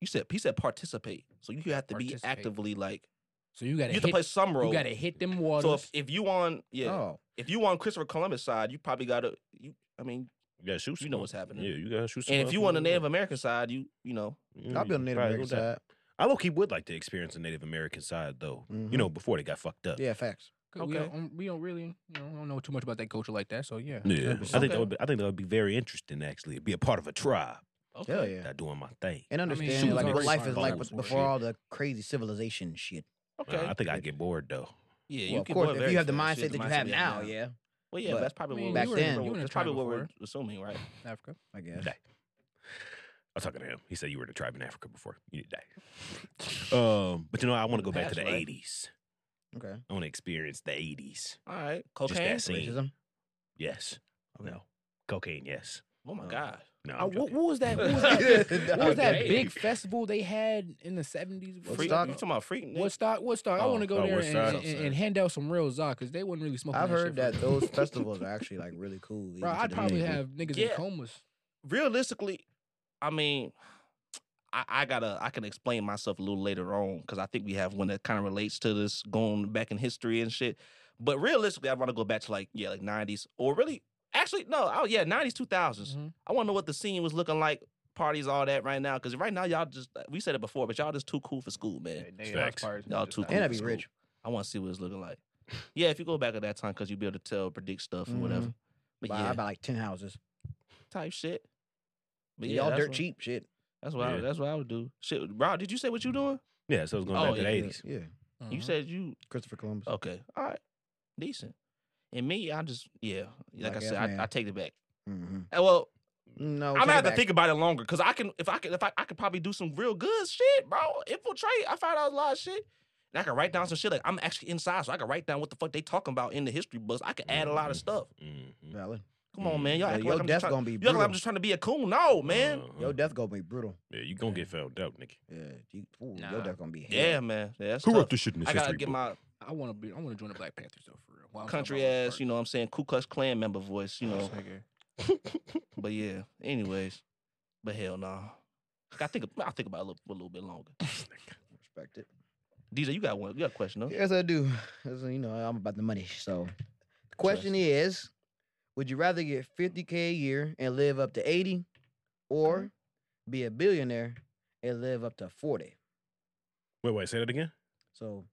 Speaker 1: you said he said participate, so you have to be
Speaker 2: Participate.
Speaker 1: actively like
Speaker 2: so you gotta
Speaker 1: you have to
Speaker 2: hit,
Speaker 1: play some role.
Speaker 2: you gotta hit them waters.
Speaker 1: so if, if you on yeah,
Speaker 3: Oh,
Speaker 1: if you on Christopher Columbus side, you probably gotta you. I mean,
Speaker 4: You gotta shoot.
Speaker 1: You know
Speaker 4: some
Speaker 1: what's
Speaker 4: up.
Speaker 1: happening.
Speaker 4: Yeah, you gotta shoot. some
Speaker 1: and
Speaker 4: up
Speaker 1: if you on the
Speaker 4: and
Speaker 1: Native
Speaker 4: all
Speaker 1: American side, you you know
Speaker 4: that. Yeah,
Speaker 3: I'll be
Speaker 4: you
Speaker 3: on the
Speaker 1: Mm-hmm.
Speaker 3: Native
Speaker 4: probably
Speaker 3: American
Speaker 4: go down.
Speaker 3: side.
Speaker 4: I low key would like to experience the Native American side though.
Speaker 3: Mhm.
Speaker 4: You know, before they got fucked up.
Speaker 3: Yeah, facts.
Speaker 2: 'cause we,
Speaker 1: okay.
Speaker 2: don't, um, we don't really, you know, don't know too much about that culture like that. So yeah,
Speaker 4: Yeah,
Speaker 2: that'd be
Speaker 4: I think
Speaker 2: something.
Speaker 4: that would be, I think that would be very interesting. Actually, be a part of a tribe.
Speaker 1: okay.
Speaker 3: Hell yeah.
Speaker 4: Not doing my thing.
Speaker 3: And
Speaker 2: mean,
Speaker 3: understand
Speaker 4: shoot,
Speaker 3: like
Speaker 4: it's
Speaker 3: what
Speaker 4: already
Speaker 3: life is
Speaker 4: fine.
Speaker 3: like
Speaker 4: Fine.
Speaker 3: with-
Speaker 4: Bullshit.
Speaker 3: before all the crazy civilization shit.
Speaker 4: Uh,
Speaker 1: Okay.
Speaker 4: I think I'd get bored though.
Speaker 1: yeah,
Speaker 3: well, of
Speaker 1: can
Speaker 3: course,
Speaker 1: boil
Speaker 3: if
Speaker 1: very
Speaker 3: you have the
Speaker 1: fast.
Speaker 3: mindset
Speaker 1: Shit,
Speaker 3: that you
Speaker 1: mindset
Speaker 3: have
Speaker 1: we
Speaker 3: now, yeah,
Speaker 1: Well, yeah,
Speaker 3: but-
Speaker 1: but that's probably
Speaker 2: I
Speaker 1: what
Speaker 2: mean,
Speaker 3: back
Speaker 1: we're-
Speaker 3: then-
Speaker 2: you were in a
Speaker 1: That's probably
Speaker 2: tribe
Speaker 1: what we're
Speaker 2: before.
Speaker 1: assuming, right?
Speaker 2: Africa.
Speaker 3: I guess.
Speaker 4: That- I was talking to him. He said you were in a tribe in Africa before. You need to die. um, but you know, I want to go back to the
Speaker 1: That's right.
Speaker 4: '80s.
Speaker 3: Okay.
Speaker 4: I want to experience the '80s.
Speaker 1: All right, cocaine.
Speaker 4: that scene.
Speaker 3: Racism.
Speaker 4: Yes.
Speaker 3: Okay.
Speaker 4: No. Cocaine. Yes.
Speaker 1: Oh my
Speaker 3: Oh.
Speaker 1: god.
Speaker 4: No.
Speaker 2: Uh,
Speaker 4: I'm
Speaker 2: what,
Speaker 4: joking.
Speaker 2: what was that? What was that, big- what was that big festival they had in the seventies?
Speaker 1: Freak, you
Speaker 3: Woodstock?
Speaker 1: talking about freak? Nick?
Speaker 2: Woodstock, Woodstock. I
Speaker 1: Oh,
Speaker 2: want to go
Speaker 4: oh,
Speaker 2: there and,
Speaker 4: Woodstock.
Speaker 2: and, and hand out some real za because they wouldn't really smoke.
Speaker 3: I've heard that
Speaker 2: shit for real.
Speaker 3: those festivals are actually like really cool.
Speaker 2: Bro,
Speaker 3: even to
Speaker 2: I'd
Speaker 3: this
Speaker 2: probably
Speaker 3: day.
Speaker 2: have niggas in
Speaker 1: Yeah.
Speaker 2: comas.
Speaker 1: realistically, I mean, I, I gotta I can explain myself a little later on because I think we have one that kind of relates to this going back in history and shit. But realistically, I want to go back to like yeah, like nineties or really actually no, oh yeah, nineties two
Speaker 3: Mm-hmm.
Speaker 1: thousands.
Speaker 2: Mhm.
Speaker 1: I want to know what the scene was looking like, parties, all that right now because right now y'all just we said it before, but y'all just too cool for school, man.
Speaker 4: Facts.
Speaker 1: Y'all too cool.
Speaker 3: And I'd
Speaker 1: for
Speaker 3: be
Speaker 1: school.
Speaker 3: rich.
Speaker 1: I want to see what it's looking like. Yeah, if you go back at that time because you'd be able to tell, predict stuff and whatever. But
Speaker 3: Buy,
Speaker 1: yeah,
Speaker 3: I buy like ten houses.
Speaker 1: type shit. But
Speaker 3: Y'all
Speaker 1: that's
Speaker 3: dirt
Speaker 1: what-
Speaker 3: cheap shit.
Speaker 1: That's what I,
Speaker 4: Yeah.
Speaker 1: that's what I would do. Shit, Rob, did you say what you doing?
Speaker 4: Yeah. So I was going
Speaker 1: Oh,
Speaker 4: back to
Speaker 1: yeah,
Speaker 4: the
Speaker 3: Yeah,
Speaker 4: '80s.
Speaker 3: Yeah,
Speaker 1: You
Speaker 3: Mm-hmm.
Speaker 2: Mhm.
Speaker 1: said you
Speaker 3: Christopher Columbus.
Speaker 1: okay. All right, decent. And me, I just yeah. Like I
Speaker 3: Black ass
Speaker 1: said, I, I
Speaker 3: man.
Speaker 1: take it back.
Speaker 3: Mhm.
Speaker 1: Uh, Well,
Speaker 3: No,
Speaker 1: I'm
Speaker 3: take
Speaker 1: gonna
Speaker 3: it
Speaker 1: have to
Speaker 3: back.
Speaker 1: think about it longer because I can if I can if I, I could probably do some real good shit, bro. Infiltrate. I found out a lot of shit. And I can write down some shit. Like I'm actually inside, so I can write down what the fuck they talking about in the history books. I can add a lot of
Speaker 4: Mhm.
Speaker 1: stuff.
Speaker 4: Mhm.
Speaker 3: Valid.
Speaker 1: Come on, man. Y'all
Speaker 3: Mm-hmm. Yeah,
Speaker 1: act
Speaker 3: your
Speaker 1: like I'm just
Speaker 3: death
Speaker 1: trying,
Speaker 3: gonna be
Speaker 1: y'all act
Speaker 3: brutal.
Speaker 1: like I'm just trying to be a coon.
Speaker 2: Oh,
Speaker 1: No, man.
Speaker 4: Uh-huh.
Speaker 3: Your death gonna be brutal.
Speaker 4: Yeah, you gonna get found out, nigga.
Speaker 3: Yeah, you, ooh,
Speaker 2: Nah.
Speaker 3: your death gonna be hell.
Speaker 1: yeah, man. Yeah, that's
Speaker 4: Who
Speaker 1: tough.
Speaker 4: wrote this shit in this
Speaker 1: I gotta
Speaker 4: history
Speaker 1: get
Speaker 4: book?
Speaker 1: my
Speaker 2: I want to be. I want to join the Black Panthers though, for real. While I'm talking
Speaker 1: country
Speaker 2: about
Speaker 1: ass,
Speaker 2: Woodstock.
Speaker 1: you know what I'm saying, Ku Klux Klan member voice, you know. But yeah, anyways. But hell nah. I think I'll think about it a little, a little bit longer.
Speaker 3: Respect it.
Speaker 1: DJ, you got one. You got a question, though.
Speaker 3: Yes, I do. 'Cause, you know, I'm about the money. So the question is, would you rather get 50k a year and live up to 80, or
Speaker 1: Mm-hmm.
Speaker 3: be a billionaire and live up to 40?
Speaker 4: Wait, wait. Say that again.
Speaker 3: So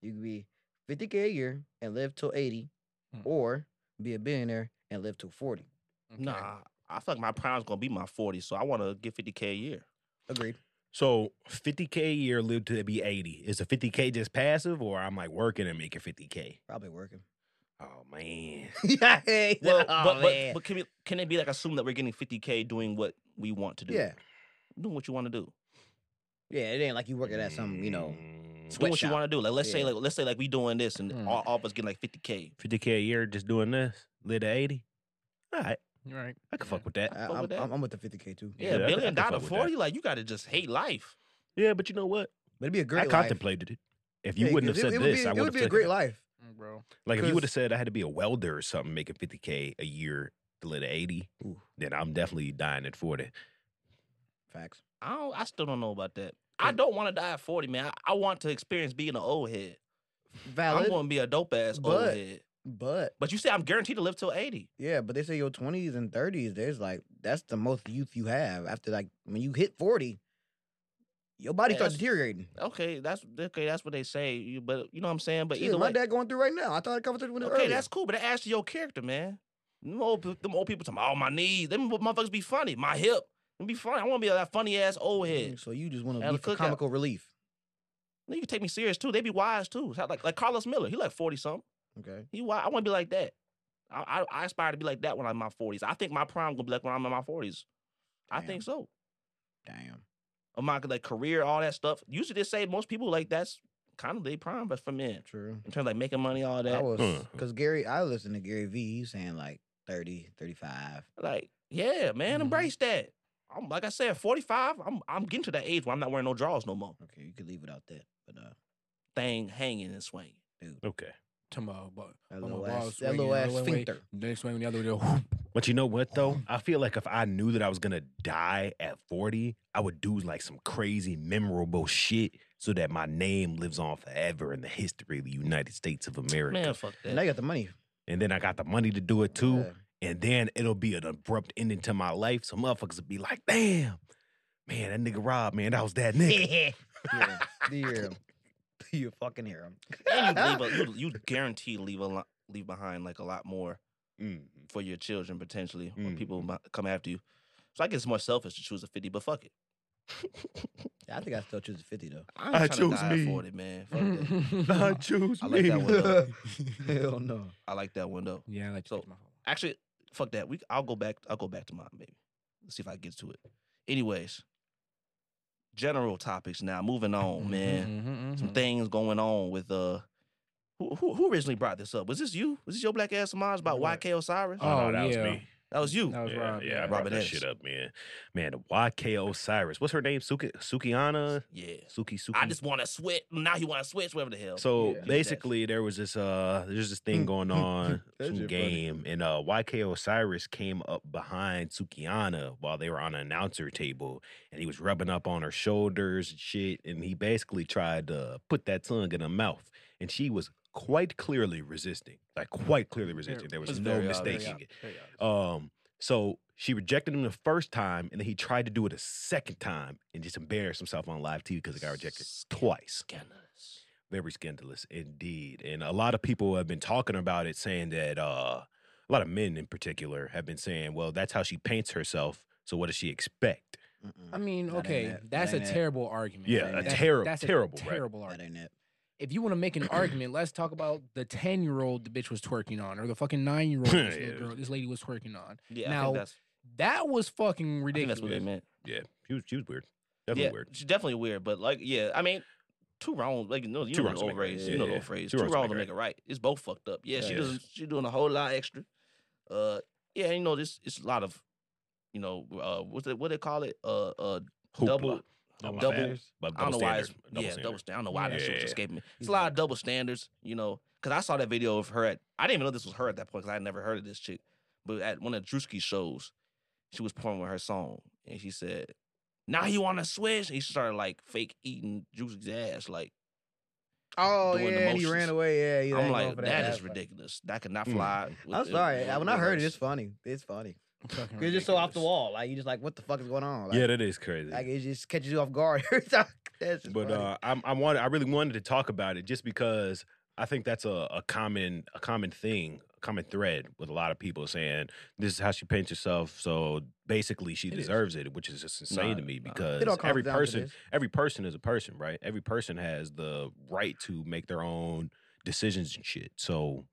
Speaker 3: you could be 50k a year and live till 80,
Speaker 2: Mm.
Speaker 3: or be a billionaire and live till 40.
Speaker 2: Okay.
Speaker 1: Nah, I feel like my prime's gonna be my 40, so I want to get 50k a year.
Speaker 3: Agreed.
Speaker 4: So 50k a year live to be 80. Is the 50k just passive or I'm like working and making 50k?
Speaker 3: Probably working.
Speaker 4: Oh man.
Speaker 3: yeah. hey,
Speaker 1: Well,
Speaker 3: oh,
Speaker 1: but, but
Speaker 3: man.
Speaker 1: but can we, can it be like assume that we're getting 50k doing what we want to do?
Speaker 3: yeah.
Speaker 1: doing what you want to do.
Speaker 3: Yeah, it ain't like you working at some, you know.
Speaker 4: Mm,
Speaker 1: Doing what you
Speaker 3: Sweatshop.
Speaker 1: want to do. Like let's say
Speaker 3: Yeah. Mm.
Speaker 1: like let's say like we doing this and
Speaker 2: Hmm.
Speaker 1: all, all of us getting like 50k.
Speaker 4: 50k a year just doing this, live to 80. All right,
Speaker 2: You're right.
Speaker 4: I can
Speaker 2: Yeah.
Speaker 4: fuck with that.
Speaker 3: I,
Speaker 1: fuck
Speaker 3: I'm,
Speaker 1: with that.
Speaker 3: I'm, I'm with the 50K too.
Speaker 1: Yeah,
Speaker 4: Yeah, I could- I
Speaker 1: billion
Speaker 4: could
Speaker 1: dollar
Speaker 4: fuck with that.
Speaker 1: 40. Like you got to just hate life.
Speaker 4: Yeah, but you know what?
Speaker 3: But it'd be a great
Speaker 4: I
Speaker 3: life.
Speaker 4: contemplated it. If you
Speaker 3: Yeah,
Speaker 4: wouldn't have
Speaker 3: 'cause
Speaker 4: said
Speaker 3: it, it would
Speaker 4: this,
Speaker 3: be,
Speaker 4: I
Speaker 3: it would
Speaker 4: would
Speaker 3: be
Speaker 4: have
Speaker 3: a great life.
Speaker 2: Mm, Bro,
Speaker 4: Like if you would have
Speaker 3: because-
Speaker 4: said I had to be a welder or something making 50k a year to live to 80,
Speaker 3: Ooh.
Speaker 4: then I'm definitely dying at 40.
Speaker 3: Facts.
Speaker 1: I don't, I still don't know about that. I
Speaker 3: Yeah.
Speaker 1: don't want to die at 40, man. I, I want to experience being an old head.
Speaker 3: Valid.
Speaker 1: I'm going to be a dope ass old
Speaker 3: but-
Speaker 1: head.
Speaker 3: but
Speaker 1: But you say I'm guaranteed to live till 80.
Speaker 3: yeah, but they say your 20s and 30s, there's like that's the most youth you have after like when you hit 40, your body
Speaker 1: Yeah,
Speaker 3: starts
Speaker 1: that's-
Speaker 3: deteriorating.
Speaker 1: Okay, that's okay. That's what they say. You- But you know what I'm saying. But
Speaker 3: Shit,
Speaker 1: either
Speaker 3: my
Speaker 1: way,
Speaker 3: dad going through right now. I thought I conversation with him
Speaker 1: okay,
Speaker 3: earlier.
Speaker 1: that's cool. But it adds to your character, man. Them old, pe- them old people talking. about, Oh, my knees. Them motherfuckers be funny. My hip. Them be funny. I want to be that funny ass old head.
Speaker 3: Mm, So you just want
Speaker 1: At
Speaker 3: to
Speaker 1: a
Speaker 3: be for
Speaker 1: cookout.
Speaker 3: comical relief.
Speaker 1: No, you can take me serious too. They be wise too. So, Like like Carlos Miller, he like forty something.
Speaker 3: Okay.
Speaker 1: He wise. I want to be like that. I, I I aspire to be like that when I'm in my forties. I think my prime gonna be like when I'm in my forties. I
Speaker 3: Damn.
Speaker 1: think so.
Speaker 3: Damn.
Speaker 1: Of my like career, all that stuff. Usually they say most people like that's kind of their prime, but for men
Speaker 3: True.
Speaker 1: in terms of like making money, all
Speaker 3: I
Speaker 1: that.
Speaker 3: was
Speaker 4: Mm.
Speaker 3: because Gary, I listened to Gary V. He's saying like 30, 35.
Speaker 1: Like yeah, man,
Speaker 3: Mm-hmm.
Speaker 2: Mhm.
Speaker 1: embrace that. I'm like I said, forty five. I'm I'm getting to that age where I'm not wearing no drawers no more.
Speaker 3: Okay, you could leave without that. But uh,
Speaker 1: Thing hanging and swinging.
Speaker 4: Okay.
Speaker 2: tomorrow, but
Speaker 3: that
Speaker 2: I'm a
Speaker 3: little
Speaker 2: wild
Speaker 3: ass, that
Speaker 2: swing,
Speaker 3: little
Speaker 2: you know,
Speaker 3: ass
Speaker 2: one way-
Speaker 3: sphincter.
Speaker 2: next swing, the other way, whoop.
Speaker 4: But you know what though? I feel like if I knew that I was gonna die at 40, I would do like some crazy memorable shit so that my name lives on forever in the history of the United States of America.
Speaker 1: Man, fuck
Speaker 3: And now
Speaker 1: that.
Speaker 3: you got the money.
Speaker 4: And then I got the money to do it too.
Speaker 3: Yeah.
Speaker 4: And then it'll be an abrupt ending to my life. So motherfuckers will be like, damn, man, that nigga Rob, man, that was that nigga.
Speaker 3: Yeah, do you hear him? Do you fucking hear him?
Speaker 1: And you leave a, you you guarantee leave a lot, leave behind like a lot more
Speaker 4: Mm.
Speaker 1: for your children potentially when
Speaker 4: Mm.
Speaker 1: people mi- come after you. So I guess it's more selfish to choose a fifty, but fuck it.
Speaker 3: I think I still choose the 50 though.
Speaker 1: I'm
Speaker 4: I
Speaker 1: tryna
Speaker 4: chose
Speaker 1: die at
Speaker 4: me.
Speaker 1: Forty, man. Fuck that.
Speaker 4: I choose
Speaker 1: I like that
Speaker 4: me.
Speaker 1: one. though.
Speaker 3: Hell no.
Speaker 1: I like that one though.
Speaker 2: yeah, I like
Speaker 1: So-
Speaker 2: so, my phone.
Speaker 1: Actually, fuck that. We I'll go back. I'll go back to mine. Maybe let's see if I get to it. Anyways, general topics now. Moving
Speaker 4: Mm-hmm,
Speaker 1: on, Oh, man.
Speaker 2: Mhm, mhm,
Speaker 1: Some
Speaker 2: mhm.
Speaker 1: things going on with uh. Who, who, who originally brought this up? Was this you? Was this your black ass Samaj about
Speaker 3: What?
Speaker 1: YK Osiris?
Speaker 4: Oh, no,
Speaker 2: Oh,
Speaker 4: that
Speaker 2: yeah.
Speaker 4: was me.
Speaker 1: that was you.
Speaker 2: That was
Speaker 4: yeah,
Speaker 2: Rob.
Speaker 4: yeah, I
Speaker 1: Rob
Speaker 4: brought that
Speaker 1: Ennis.
Speaker 4: shit up, man. Man, the YK Osiris. What's her name? Suki Sukiana?
Speaker 1: yeah.
Speaker 4: Suki Suki.
Speaker 1: I just want to switch. Now he want to switch, whatever the hell.
Speaker 4: So
Speaker 3: Yeah. Hmm.
Speaker 4: basically, there was this uh, there's this thing going on,
Speaker 3: That
Speaker 4: some
Speaker 3: shit funny.
Speaker 4: game, and uh, YK Osiris came up behind Sukiana while they were on an announcer table, and he was rubbing up on her shoulders and shit, and he basically tried to put that tongue in her mouth, and she was quite clearly resisting, like quite clearly resisting. There was
Speaker 1: It's
Speaker 4: no
Speaker 1: very obvious.
Speaker 4: mistaking it.
Speaker 2: Very obvious.
Speaker 4: Um, so she rejected him the first time, and then he tried to do it a second time, and just embarrassed himself on live TV because he got rejected twice
Speaker 1: Scandalous.
Speaker 4: very scandalous indeed and a lot of people have been talking about it saying that uh a lot of men in particular have been saying well that's how she paints herself so what does she expect
Speaker 2: I
Speaker 3: Mm-mm.
Speaker 2: mean,
Speaker 3: That ain't
Speaker 2: okay,
Speaker 3: it. That
Speaker 2: that's a
Speaker 3: ain't it.
Speaker 2: terrible argument.
Speaker 4: Yeah,
Speaker 2: right?
Speaker 4: a
Speaker 2: That's-
Speaker 4: terrib-
Speaker 2: that's a
Speaker 4: terrible, right?
Speaker 2: terrible
Speaker 3: That
Speaker 2: argument.
Speaker 3: ain't it.
Speaker 2: If you want to make an argument, let's talk about the ten-year-old the bitch was twerking on, or the fucking nine-year-old this
Speaker 4: Yeah.
Speaker 2: little girl, this lady was twerking on.
Speaker 1: Yeah, I
Speaker 2: Now,
Speaker 1: think that's,
Speaker 2: That was fucking
Speaker 1: I think
Speaker 2: ridiculous.
Speaker 1: that's what they meant.
Speaker 4: yeah she was, she was weird definitely
Speaker 1: yeah,
Speaker 4: weird
Speaker 1: It's definitely weird, but like, yeah, I mean, two wrongs, like, no, you
Speaker 4: Two
Speaker 1: know
Speaker 4: wrongs
Speaker 1: the
Speaker 4: don't
Speaker 1: old
Speaker 4: make a right.
Speaker 1: phrase,
Speaker 4: Yeah,
Speaker 1: you know the
Speaker 4: yeah,
Speaker 1: old
Speaker 4: yeah.
Speaker 1: phrase.
Speaker 4: Two
Speaker 1: Two,
Speaker 4: wrongs
Speaker 1: wrongs
Speaker 4: don't
Speaker 1: to
Speaker 4: make
Speaker 1: make it right. It's both fucked up. Yeah, she
Speaker 4: Yeah.
Speaker 1: doesn't. She doing a whole lot extra. Uh, yeah, you know, this it's a lot of, you know, uh, what's it, what they call it? Uh, uh,
Speaker 4: Hoopla.
Speaker 1: double.
Speaker 4: Oh, my
Speaker 1: double-
Speaker 4: bad. But
Speaker 1: I don't know why it's
Speaker 4: standard. double
Speaker 1: yeah,
Speaker 4: standard.
Speaker 1: double standard. I don't know why that shit was
Speaker 4: Yeah.
Speaker 1: escaping me. It's a lot of double standards, you know. Because I saw that video of her at I didn't even know this was her at that point because I had never heard of this chick. But at one of Drewski's shows, she was performing her song and she said, "Now you want to switch?" And she started like fake eating Drewski's ass. Like
Speaker 3: Oh
Speaker 1: doing the
Speaker 3: yeah, and he
Speaker 1: motions.
Speaker 3: ran away. Yeah, he
Speaker 1: I'm
Speaker 3: ain't
Speaker 1: like,
Speaker 3: going for
Speaker 1: that
Speaker 3: That's
Speaker 1: is
Speaker 3: funny.
Speaker 1: ridiculous. That could not
Speaker 4: Mm.
Speaker 1: fly. with
Speaker 3: I'm
Speaker 1: the-
Speaker 3: sorry.
Speaker 1: with the
Speaker 3: When I heard it, it's
Speaker 1: reverse.
Speaker 3: funny. It's funny.
Speaker 2: Fucking
Speaker 3: It's just so off the
Speaker 2: ridiculous.
Speaker 3: wall. Like you just like, what the fuck is going on? Like,
Speaker 4: yeah that is crazy
Speaker 3: like it just catches you off guard. It's like, That's just
Speaker 4: but
Speaker 3: funny.
Speaker 4: uh, I'm, I wanted, I really wanted to talk about it just because I think that's a, a common, a common thing common thread with a lot of people saying this is how she paints herself. So basically, she
Speaker 2: It is.
Speaker 4: deserves it, which is just insane to
Speaker 1: Nah,
Speaker 4: me
Speaker 1: nah. It
Speaker 4: because
Speaker 3: It all comes
Speaker 4: every
Speaker 3: down to
Speaker 4: person,
Speaker 3: this.
Speaker 4: every person is a person, right? Every person has the right to make their own decisions and shit. So,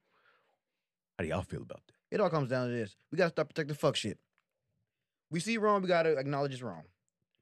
Speaker 4: how do y'all feel about that?
Speaker 3: It all comes down to this. We gotta stop protecting fuck shit. We see wrong, we gotta acknowledge it's wrong.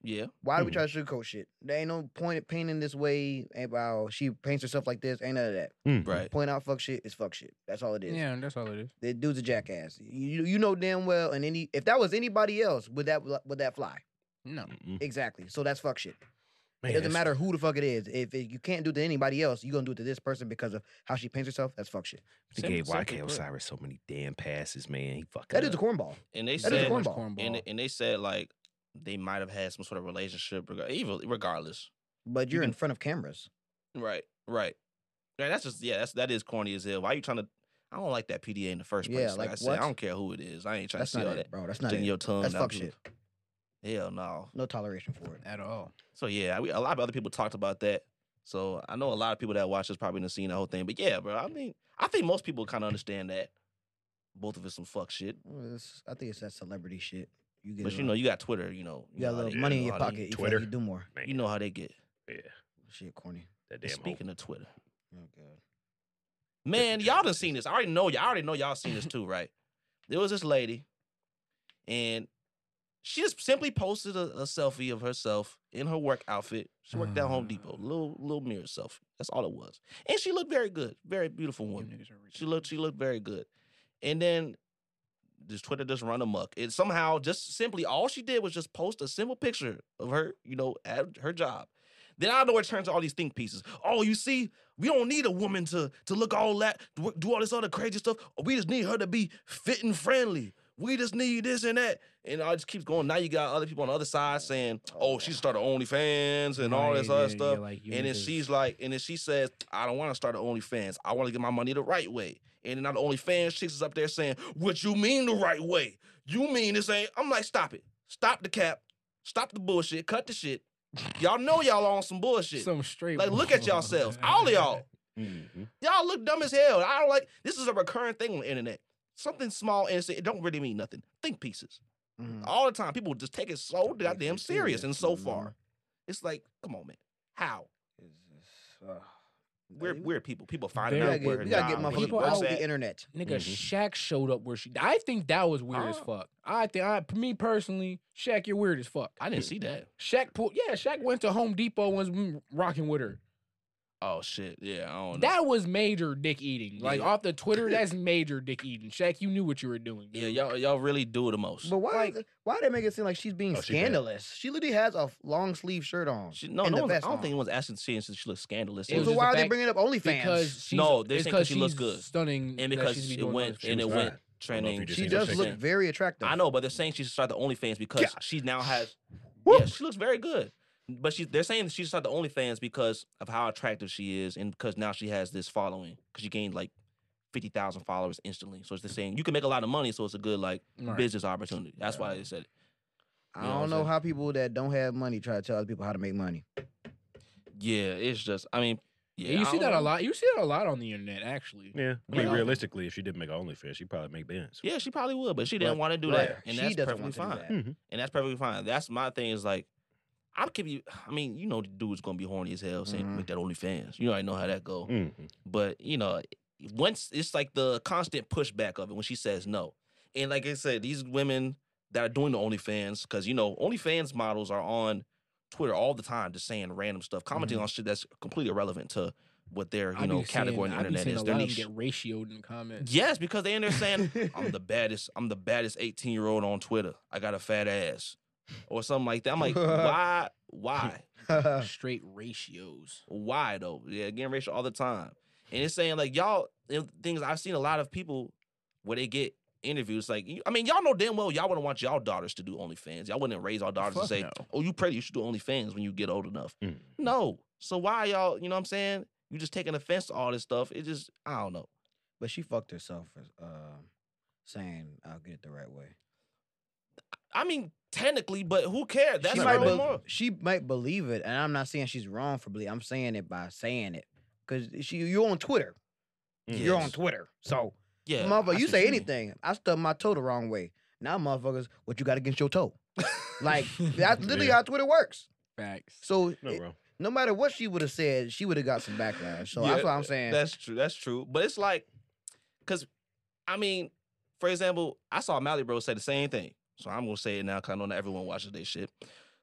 Speaker 1: Yeah.
Speaker 3: Why do
Speaker 4: Hmm.
Speaker 3: we try to sugarcoat shit? There ain't no point at painting this way about she paints herself like this. Ain't none of that.
Speaker 1: Right.
Speaker 3: Point out fuck shit is fuck shit. That's all it is.
Speaker 2: Yeah, that's all it is.
Speaker 3: The dude's a jackass. You you know damn well. And any if that was anybody else, would that would that fly?
Speaker 2: No.
Speaker 4: Mm-mm.
Speaker 3: Exactly. So that's fuck shit.
Speaker 4: Man,
Speaker 3: it
Speaker 4: Hmm. that's-
Speaker 3: doesn't matter who the fuck it is. If it, you can't do it to anybody else, you gonna do it to this person because of how she paints herself. That's fuck shit.
Speaker 4: They
Speaker 1: Simple-
Speaker 4: gave
Speaker 1: simply
Speaker 4: YK
Speaker 1: put.
Speaker 4: Osiris so many damn passes, man. He fucking
Speaker 3: That is
Speaker 4: up.
Speaker 3: a cornball.
Speaker 1: And they
Speaker 3: That is
Speaker 1: said
Speaker 3: a cornball.
Speaker 1: and they, and they said like they might have had some sort of relationship, reg- even regardless.
Speaker 3: But
Speaker 1: You
Speaker 3: you're in
Speaker 1: can-
Speaker 3: front of cameras.
Speaker 1: Right. Right. Right. That's just yeah. That's that is corny as hell. Why you trying to? I don't like that PDA in the first
Speaker 3: Yeah,
Speaker 1: place. Like,
Speaker 3: like,
Speaker 1: I said,
Speaker 3: what?
Speaker 1: I don't care who it is. I ain't trying
Speaker 3: That's
Speaker 1: to see
Speaker 3: not
Speaker 1: all
Speaker 3: it,
Speaker 1: that.
Speaker 3: bro. That's not
Speaker 1: Sticking
Speaker 3: it.
Speaker 1: your tongue.
Speaker 3: That's
Speaker 1: down
Speaker 3: fuck
Speaker 1: people-
Speaker 3: shit.
Speaker 1: Hell no.
Speaker 3: No toleration for it.
Speaker 2: at all.
Speaker 1: So yeah, we, a lot of other people talked about that. So I know a lot of people that watch this probably done seen the whole thing. But yeah, bro, I mean, I think most people kind of understand that. Both of us some fuck shit.
Speaker 3: Well, it's- I think it's that celebrity shit. You get,
Speaker 1: But
Speaker 3: a
Speaker 1: you
Speaker 3: little-
Speaker 1: know, you got Twitter. You know,
Speaker 3: you got a
Speaker 1: know how
Speaker 3: little
Speaker 1: they-
Speaker 3: money
Speaker 1: you
Speaker 3: in
Speaker 1: know
Speaker 3: your
Speaker 1: how they-
Speaker 3: pocket. You feel like
Speaker 4: Twitter.
Speaker 3: you do more.
Speaker 4: Man,
Speaker 1: You know how they get.
Speaker 4: yeah,
Speaker 3: Shit, corny.
Speaker 4: that
Speaker 1: And
Speaker 4: damn. Speaking
Speaker 1: Speaking of Twitter,
Speaker 3: Oh god.
Speaker 1: man,
Speaker 4: Twitter
Speaker 1: y'all done
Speaker 4: trolls.
Speaker 1: seen this. I already know. y'all. I already know y'all seen this too, right? There was this lady, and she just simply posted a, a selfie of herself in her work outfit. She worked down Home Depot,
Speaker 2: Ah.
Speaker 1: little little mirror selfie. That's all it was, and she looked very good, very beautiful
Speaker 2: You
Speaker 1: woman.
Speaker 2: niggas are
Speaker 1: She looked she
Speaker 2: ridiculous.
Speaker 1: looked very good. And then this Twitter just run amok. It somehow just simply all she did was just post a simple picture of her, you know, at her job. Then I know it turns to all these think pieces. Oh, you see, we don't need a woman to to look all that, do do all this other crazy stuff. We just need her to be fit and friendly. We just need this and that. And I just keeps going. Now you got other people on the other side saying, oh, she started OnlyFans and all this
Speaker 2: Right,
Speaker 1: other
Speaker 2: yeah,
Speaker 1: stuff
Speaker 2: yeah, like, you
Speaker 1: and then
Speaker 2: niggas-
Speaker 1: she's like, and then she says, I don't want to start an OnlyFans. I want to get my money the right way. And then now the OnlyFans chicks is up there saying, What you mean the right way? You mean this ain't. I'm like, Stop it. Stop the cap. Stop the bullshit. Cut the shit. Y'all know y'all on some bullshit.
Speaker 2: some straight.
Speaker 1: like, look at yourselves. All of y'all. Y'all look dumb as hell. I don't like. This is a recurring thing on the internet. Something small, innocent, it don't really mean nothing. Think pieces.
Speaker 3: Mhm.
Speaker 1: All the time. People just take it so
Speaker 3: Take
Speaker 1: goddamn
Speaker 3: it
Speaker 1: serious
Speaker 3: serious,
Speaker 1: and so
Speaker 3: mhm.
Speaker 1: far. It's like, come on, man. How?
Speaker 3: It's just, ugh.
Speaker 1: Weird,
Speaker 3: Like,
Speaker 1: weird people. People
Speaker 3: We
Speaker 1: finding
Speaker 2: Very
Speaker 3: gotta
Speaker 1: out
Speaker 3: get,
Speaker 1: where
Speaker 3: we
Speaker 1: her
Speaker 3: gotta
Speaker 1: job
Speaker 3: get
Speaker 1: is,
Speaker 3: motherfuckers
Speaker 2: people
Speaker 1: where
Speaker 3: off
Speaker 1: it's
Speaker 2: out
Speaker 3: the
Speaker 1: at.
Speaker 3: internet.
Speaker 2: Nigga,
Speaker 4: Mhm.
Speaker 2: Shaq showed up where she. I think that was weird as
Speaker 1: Ah.
Speaker 2: fuck. I think, I, me personally, Shaq, you're weird as fuck.
Speaker 1: I didn't see that.
Speaker 2: Shaq pulled. Yeah, Shaq went to Home Depot and was mm, rocking with her.
Speaker 1: Oh shit! Yeah, I don't know.
Speaker 2: That was major dick eating. Like
Speaker 1: Yeah.
Speaker 2: off the Twitter, that's major dick eating. Shaq, you knew what you were doing.
Speaker 1: yeah,
Speaker 2: dude.
Speaker 1: y'all y'all really do the most.
Speaker 3: But why?
Speaker 2: Like-
Speaker 3: is it- why they make it seem like she's being
Speaker 4: Oh, she bad.
Speaker 3: scandalous? She literally has a f- long sleeve shirt on.
Speaker 1: She, no,
Speaker 3: and
Speaker 1: no
Speaker 3: the
Speaker 1: one's, I
Speaker 3: vest
Speaker 1: don't
Speaker 3: on.
Speaker 1: think anyone's asking serious since she looks scandalous.
Speaker 2: It
Speaker 1: It
Speaker 2: was
Speaker 3: so
Speaker 1: was
Speaker 2: just
Speaker 3: why
Speaker 2: the
Speaker 3: are they
Speaker 2: fact-
Speaker 3: bringing up OnlyFans?
Speaker 2: because she's,
Speaker 1: No, they
Speaker 2: it's
Speaker 1: think 'cause she looks
Speaker 2: she's
Speaker 1: good.
Speaker 2: stunning,
Speaker 1: and
Speaker 2: that
Speaker 1: because
Speaker 2: she's be
Speaker 1: it
Speaker 2: doing
Speaker 1: went
Speaker 2: those
Speaker 1: and
Speaker 2: things.
Speaker 1: it
Speaker 4: She
Speaker 1: went
Speaker 4: was
Speaker 1: trending.
Speaker 4: just
Speaker 3: she
Speaker 4: seen
Speaker 1: she
Speaker 4: that
Speaker 3: does
Speaker 4: picture.
Speaker 3: look very attractive.
Speaker 1: I know, but they're saying she should start the OnlyFans because she now has.
Speaker 3: Woo!
Speaker 1: Yeah, she looks very good, but she they're saying she should start the OnlyFans because of how attractive she is and because now she has this following because she gained like fifty thousand followers instantly. So they're saying you can make a lot of money, so it's a good like
Speaker 2: Right.
Speaker 1: business opportunity. That's why they said it.
Speaker 3: I
Speaker 1: You know what
Speaker 3: don't
Speaker 1: I'm
Speaker 3: know
Speaker 1: saying?
Speaker 3: how people that don't have money try to tell other people how to make money.
Speaker 1: Yeah, it's just. I mean, yeah,
Speaker 2: you
Speaker 1: I
Speaker 2: see
Speaker 1: don't
Speaker 2: that a
Speaker 1: know.
Speaker 2: lot. You see that a lot on the internet, actually.
Speaker 4: Yeah, I
Speaker 2: But
Speaker 4: mean,
Speaker 2: I-
Speaker 4: realistically, if she didn't make OnlyFans, she'd probably make bands.
Speaker 1: Yeah, she probably would, but she didn't
Speaker 3: But-
Speaker 1: want to do
Speaker 3: right,
Speaker 1: that, and
Speaker 3: she
Speaker 1: that's
Speaker 3: doesn't
Speaker 1: perfectly
Speaker 3: want
Speaker 1: fine.
Speaker 3: to do that.
Speaker 4: Mhm.
Speaker 1: And that's perfectly fine. That's my thing. Is like, I'm give you. I mean, you know, the dude's gonna be horny as hell saying
Speaker 2: Mm-hmm.
Speaker 3: Mhm.
Speaker 1: make that OnlyFans. You already know how that go.
Speaker 2: Mm.
Speaker 4: Mhm.
Speaker 1: But you know, once it's like the constant pushback of it when she says no, and like I said, these women that are doing the OnlyFans because you know OnlyFans models are on Twitter all the time, just saying random stuff, commenting on shit that's completely irrelevant to what their you
Speaker 2: Mm-hmm. I be
Speaker 1: know
Speaker 2: seeing-
Speaker 1: category
Speaker 2: I
Speaker 1: on
Speaker 2: be
Speaker 1: the internet
Speaker 2: seeing
Speaker 1: is.
Speaker 2: A
Speaker 1: Their
Speaker 2: lot of them
Speaker 1: niche.
Speaker 2: get ratioed in the comments.
Speaker 1: Yes, because they in there saying, I'm the baddest, I'm the baddest 18 year old on Twitter. I got a fat ass. Or something like that. I'm like, why? Why? Um,
Speaker 2: Straight ratios.
Speaker 1: Why though? Yeah, getting racial all the time. And it's saying like y'all and things I've seen a lot of people where they get interviews like you- I mean y'all know damn well y'all wouldn't want y'all daughters to do OnlyFans. Y'all wouldn't raise our daughters
Speaker 2: Fuck
Speaker 1: and say,
Speaker 2: no.
Speaker 1: "Oh, you pretty, you should do OnlyFans when you get old enough."
Speaker 4: Mm.
Speaker 1: No. So why y'all? You know what I'm saying? You just taking offense to all this stuff. It just I don't know.
Speaker 3: but she fucked herself for uh, saying I'll get it the right way.
Speaker 1: I mean technically, but who cares? That's
Speaker 3: she
Speaker 1: her
Speaker 3: might
Speaker 1: own
Speaker 3: bel-
Speaker 1: moral.
Speaker 3: she might believe it, and I'm not saying she's wrong for believing. I'm saying it by saying it because she you're on Twitter.
Speaker 4: Mm.
Speaker 3: You're on Twitter, so
Speaker 1: Yeah,
Speaker 3: motherfucker,
Speaker 1: I
Speaker 3: you
Speaker 1: see
Speaker 3: say
Speaker 1: what mean.
Speaker 3: anything. I stubbed my toe the wrong way. Now, motherfuckers, what you got against your toe? like that's literally
Speaker 4: Yeah.
Speaker 3: how Twitter works.
Speaker 2: Facts.
Speaker 3: So it-
Speaker 4: No,
Speaker 3: no,
Speaker 4: bro.
Speaker 3: matter what she would have said, she would have got some backlash. So
Speaker 1: Yeah,
Speaker 3: that's what I'm saying.
Speaker 1: That's true. That's true. But it's like, cause I mean, for example, I saw Mally Bro say the same thing. So I'm gonna say it now because I know not everyone watches this shit.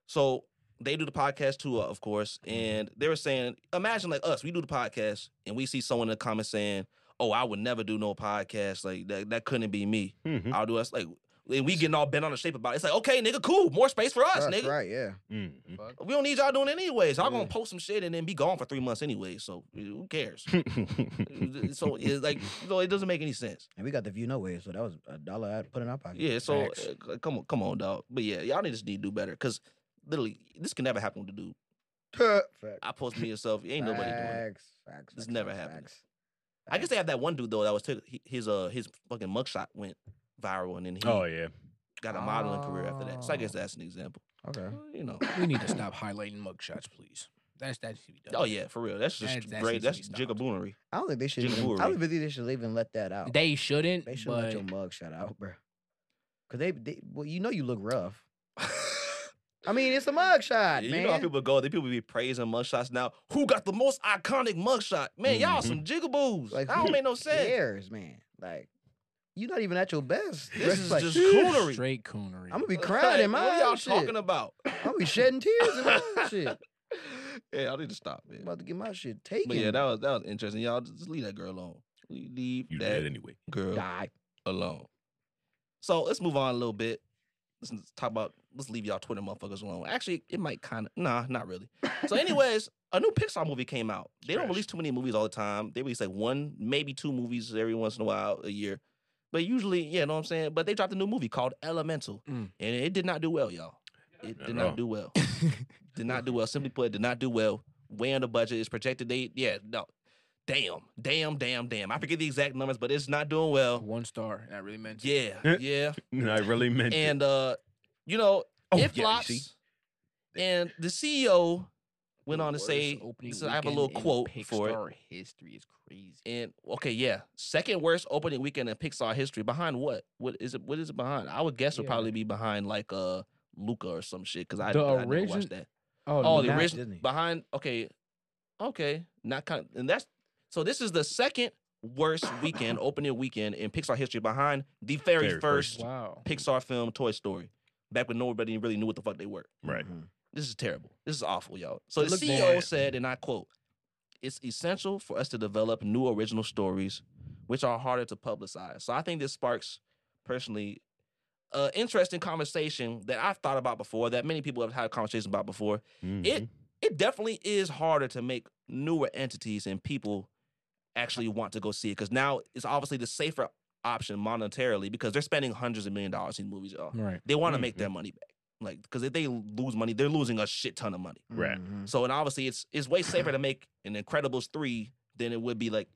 Speaker 1: So they do the podcast too, uh, of course, and they were saying, imagine like us, we do the podcast and we see someone in the comments saying, "Oh, I would never do no podcast. Like that, that couldn't be me.
Speaker 4: Mhm.
Speaker 1: I'll do us like." And we getting all bent on the shape about it. It's like, okay, nigga, cool. More space for us,
Speaker 3: That's
Speaker 1: nigga.
Speaker 3: right, yeah.
Speaker 4: Mhm.
Speaker 1: We don't need y'all doing it anyways. Y'all gonna
Speaker 3: Yeah.
Speaker 1: post some shit and then be gone for three months anyway. So who cares? so it's like so it doesn't make any sense.
Speaker 3: And we got the view no way, so that was a dollar I put in our pocket.
Speaker 1: Yeah. So
Speaker 4: Facts.
Speaker 1: uh, c- come on, come on, dog. But yeah, y'all niggas need to do better because literally this can never happen with the dude.
Speaker 3: Facts.
Speaker 1: I post me yourself. Ain't nobody doing it.
Speaker 3: Facts, facts,
Speaker 1: It's
Speaker 3: facts,
Speaker 1: never
Speaker 3: facts,
Speaker 1: happening.
Speaker 3: facts.
Speaker 1: I guess they have that one dude though that was took he- his uh his fucking mugshot went viral and then he
Speaker 4: Oh yeah.
Speaker 1: got a modeling career after that. So I guess
Speaker 3: Oh.
Speaker 1: that's an example.
Speaker 3: Okay.
Speaker 1: Well, You know.
Speaker 2: We need to stop highlighting mugshots, please. That's that should be done.
Speaker 1: Oh yeah, for real. That's just
Speaker 2: That's- that's
Speaker 1: great.
Speaker 2: needs
Speaker 1: That's
Speaker 2: to be stopped.
Speaker 1: jigaboonery.
Speaker 3: I don't think they should.
Speaker 1: Just
Speaker 3: Even, I
Speaker 1: foolery.
Speaker 3: don't think they should even let that out. They,
Speaker 2: They shouldn't.
Speaker 3: should
Speaker 2: but
Speaker 3: let your mug shut out, bro. Cause they, they, well, you know, you look rough. I mean, it's a mug shot,
Speaker 1: Yeah,
Speaker 3: man.
Speaker 1: You know how people go, they people be praising mugshots now. Who got the most iconic mugshot? Man, y'all
Speaker 4: Mhm.
Speaker 1: some jigaboos.
Speaker 3: Like,
Speaker 1: that don't
Speaker 3: who
Speaker 1: make no
Speaker 3: Who
Speaker 1: sense.
Speaker 3: cares, man? Like, you're not even at your best.
Speaker 1: This
Speaker 3: Bruh,
Speaker 1: is
Speaker 3: like,
Speaker 1: just coonery.
Speaker 2: Straight coonery.
Speaker 3: I'm gonna be crying in my
Speaker 1: What y'all
Speaker 3: own shit.
Speaker 1: talking about?
Speaker 3: I'm gonna be shedding tears in my own shit.
Speaker 1: yeah, I need to stop, man.
Speaker 3: I'm about to get my shit taken.
Speaker 1: But yeah, that was that was interesting. Y'all just leave that girl alone. Le- Leave
Speaker 4: You
Speaker 1: that
Speaker 4: did anyway.
Speaker 1: girl
Speaker 3: Die.
Speaker 1: alone. So let's move on a little bit. Let's n- talk about let's leave y'all Twitter motherfuckers alone. Actually, it might kind of nah, not really. So, anyways, a new Pixar movie came out. They don't
Speaker 4: Trash.
Speaker 1: release too many movies all the time. They release like one, maybe two movies every once in a while a year. But usually, yeah, you know what I'm saying. But they dropped a new movie called Elemental,
Speaker 2: Mm.
Speaker 1: and it did not do well, y'all. It
Speaker 4: Not
Speaker 1: did
Speaker 4: at all.
Speaker 1: not do well. did not do well. Simply put, did not do well. Way under budget. It's projected. They yeah no, damn, damn, damn, damn. I forget the exact numbers, but it's not doing well.
Speaker 2: One star. That really meant.
Speaker 1: Yeah,
Speaker 4: Eh.
Speaker 1: yeah.
Speaker 4: No, I really meant it.
Speaker 1: And uh, you know,
Speaker 4: Oh,
Speaker 1: it
Speaker 4: yeah, you
Speaker 1: flops.
Speaker 4: see?
Speaker 1: And the CEO went on to say, so I have a little quote for it.
Speaker 2: History is crazy.
Speaker 1: And okay, yeah, second worst opening weekend in Pixar history. Behind what? What is it? What is it behind? I would guess it would
Speaker 2: Yeah.
Speaker 1: probably be behind like uh Luca or some shit because I,
Speaker 2: The
Speaker 1: I never
Speaker 2: origin-
Speaker 1: watched that.
Speaker 3: Oh,
Speaker 1: Oh, the
Speaker 3: not
Speaker 1: original
Speaker 3: Disney.
Speaker 1: behind. Okay, okay, not kind. Of, and that's so. This is the second worst weekend opening weekend in Pixar history behind the very,
Speaker 4: Very
Speaker 1: first
Speaker 4: first.
Speaker 2: wow.
Speaker 1: Pixar film Toy Story, back when nobody really knew what the fuck they were.
Speaker 4: Right.
Speaker 3: Mhm.
Speaker 1: This is terrible. This is awful, y'all. So
Speaker 2: It
Speaker 1: the
Speaker 2: looked
Speaker 1: CEO
Speaker 2: bad.
Speaker 1: said, and I quote, it's essential for us to develop new original stories, which are harder to publicize. So I think this sparks, personally, an interesting conversation that I've thought about before, that many people have had conversations about before. It
Speaker 4: Mhm.
Speaker 1: it definitely is harder to make newer entities and people actually want to go see it because now it's obviously the safer option monetarily because they're spending hundreds of million dollars in movies. Y'all.
Speaker 2: Right.
Speaker 1: They want to make their money back. Like, because if they lose money, they're losing a shit ton of money.
Speaker 4: Right.
Speaker 3: Mhm.
Speaker 1: So, and obviously, it's it's way safer to make an Incredibles three than it would be like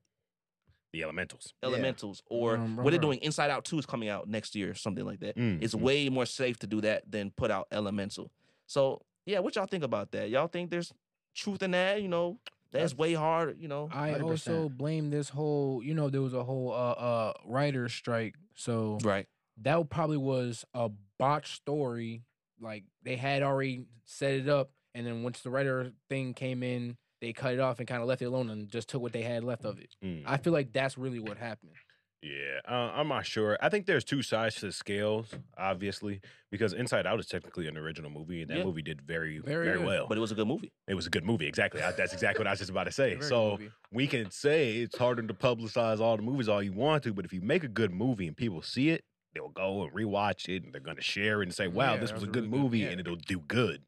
Speaker 4: the elementals.
Speaker 3: Yeah.
Speaker 1: Elementals or
Speaker 2: Mm,
Speaker 1: what they're
Speaker 2: right.
Speaker 1: doing. Inside Out two is coming out next year, something like that.
Speaker 4: Mm,
Speaker 1: It's
Speaker 4: mm.
Speaker 1: way more safe to do that than put out Elemental. So, yeah, what y'all think about that? Y'all think there's truth in that? You know, that's way hard. You know,
Speaker 2: I
Speaker 3: 100%.
Speaker 2: also blame this whole. You know, there was a whole uh uh writer strike. So
Speaker 1: right?
Speaker 2: that probably was a botched story. Like they had already set it up, and then once the writer thing came in, they cut it off and kind of left it alone and just took what they had left of it.
Speaker 4: Mm.
Speaker 2: I feel like that's really what happened.
Speaker 4: Yeah, uh, I'm not sure. I think there's two sides to the scales, obviously, because Inside Out is technically an original movie, and that
Speaker 1: Yeah.
Speaker 4: movie did very,
Speaker 2: Very
Speaker 4: very,
Speaker 2: good.
Speaker 4: well.
Speaker 1: But
Speaker 4: But
Speaker 1: it was a good movie.
Speaker 4: it was a good movie, exactly. I, that's exactly what I was just about to say.
Speaker 2: Very good
Speaker 4: So
Speaker 2: movie.
Speaker 4: we can say it's harder to publicize all the movies all you want to, but if you make a good movie and people see it, they'll go and rewatch it, and they're going to share it and say, "Wow,
Speaker 2: Yeah,
Speaker 4: this
Speaker 2: that
Speaker 4: was a
Speaker 2: was
Speaker 4: good
Speaker 2: really good.
Speaker 4: movie,"
Speaker 2: Yeah.
Speaker 4: and it'll do good.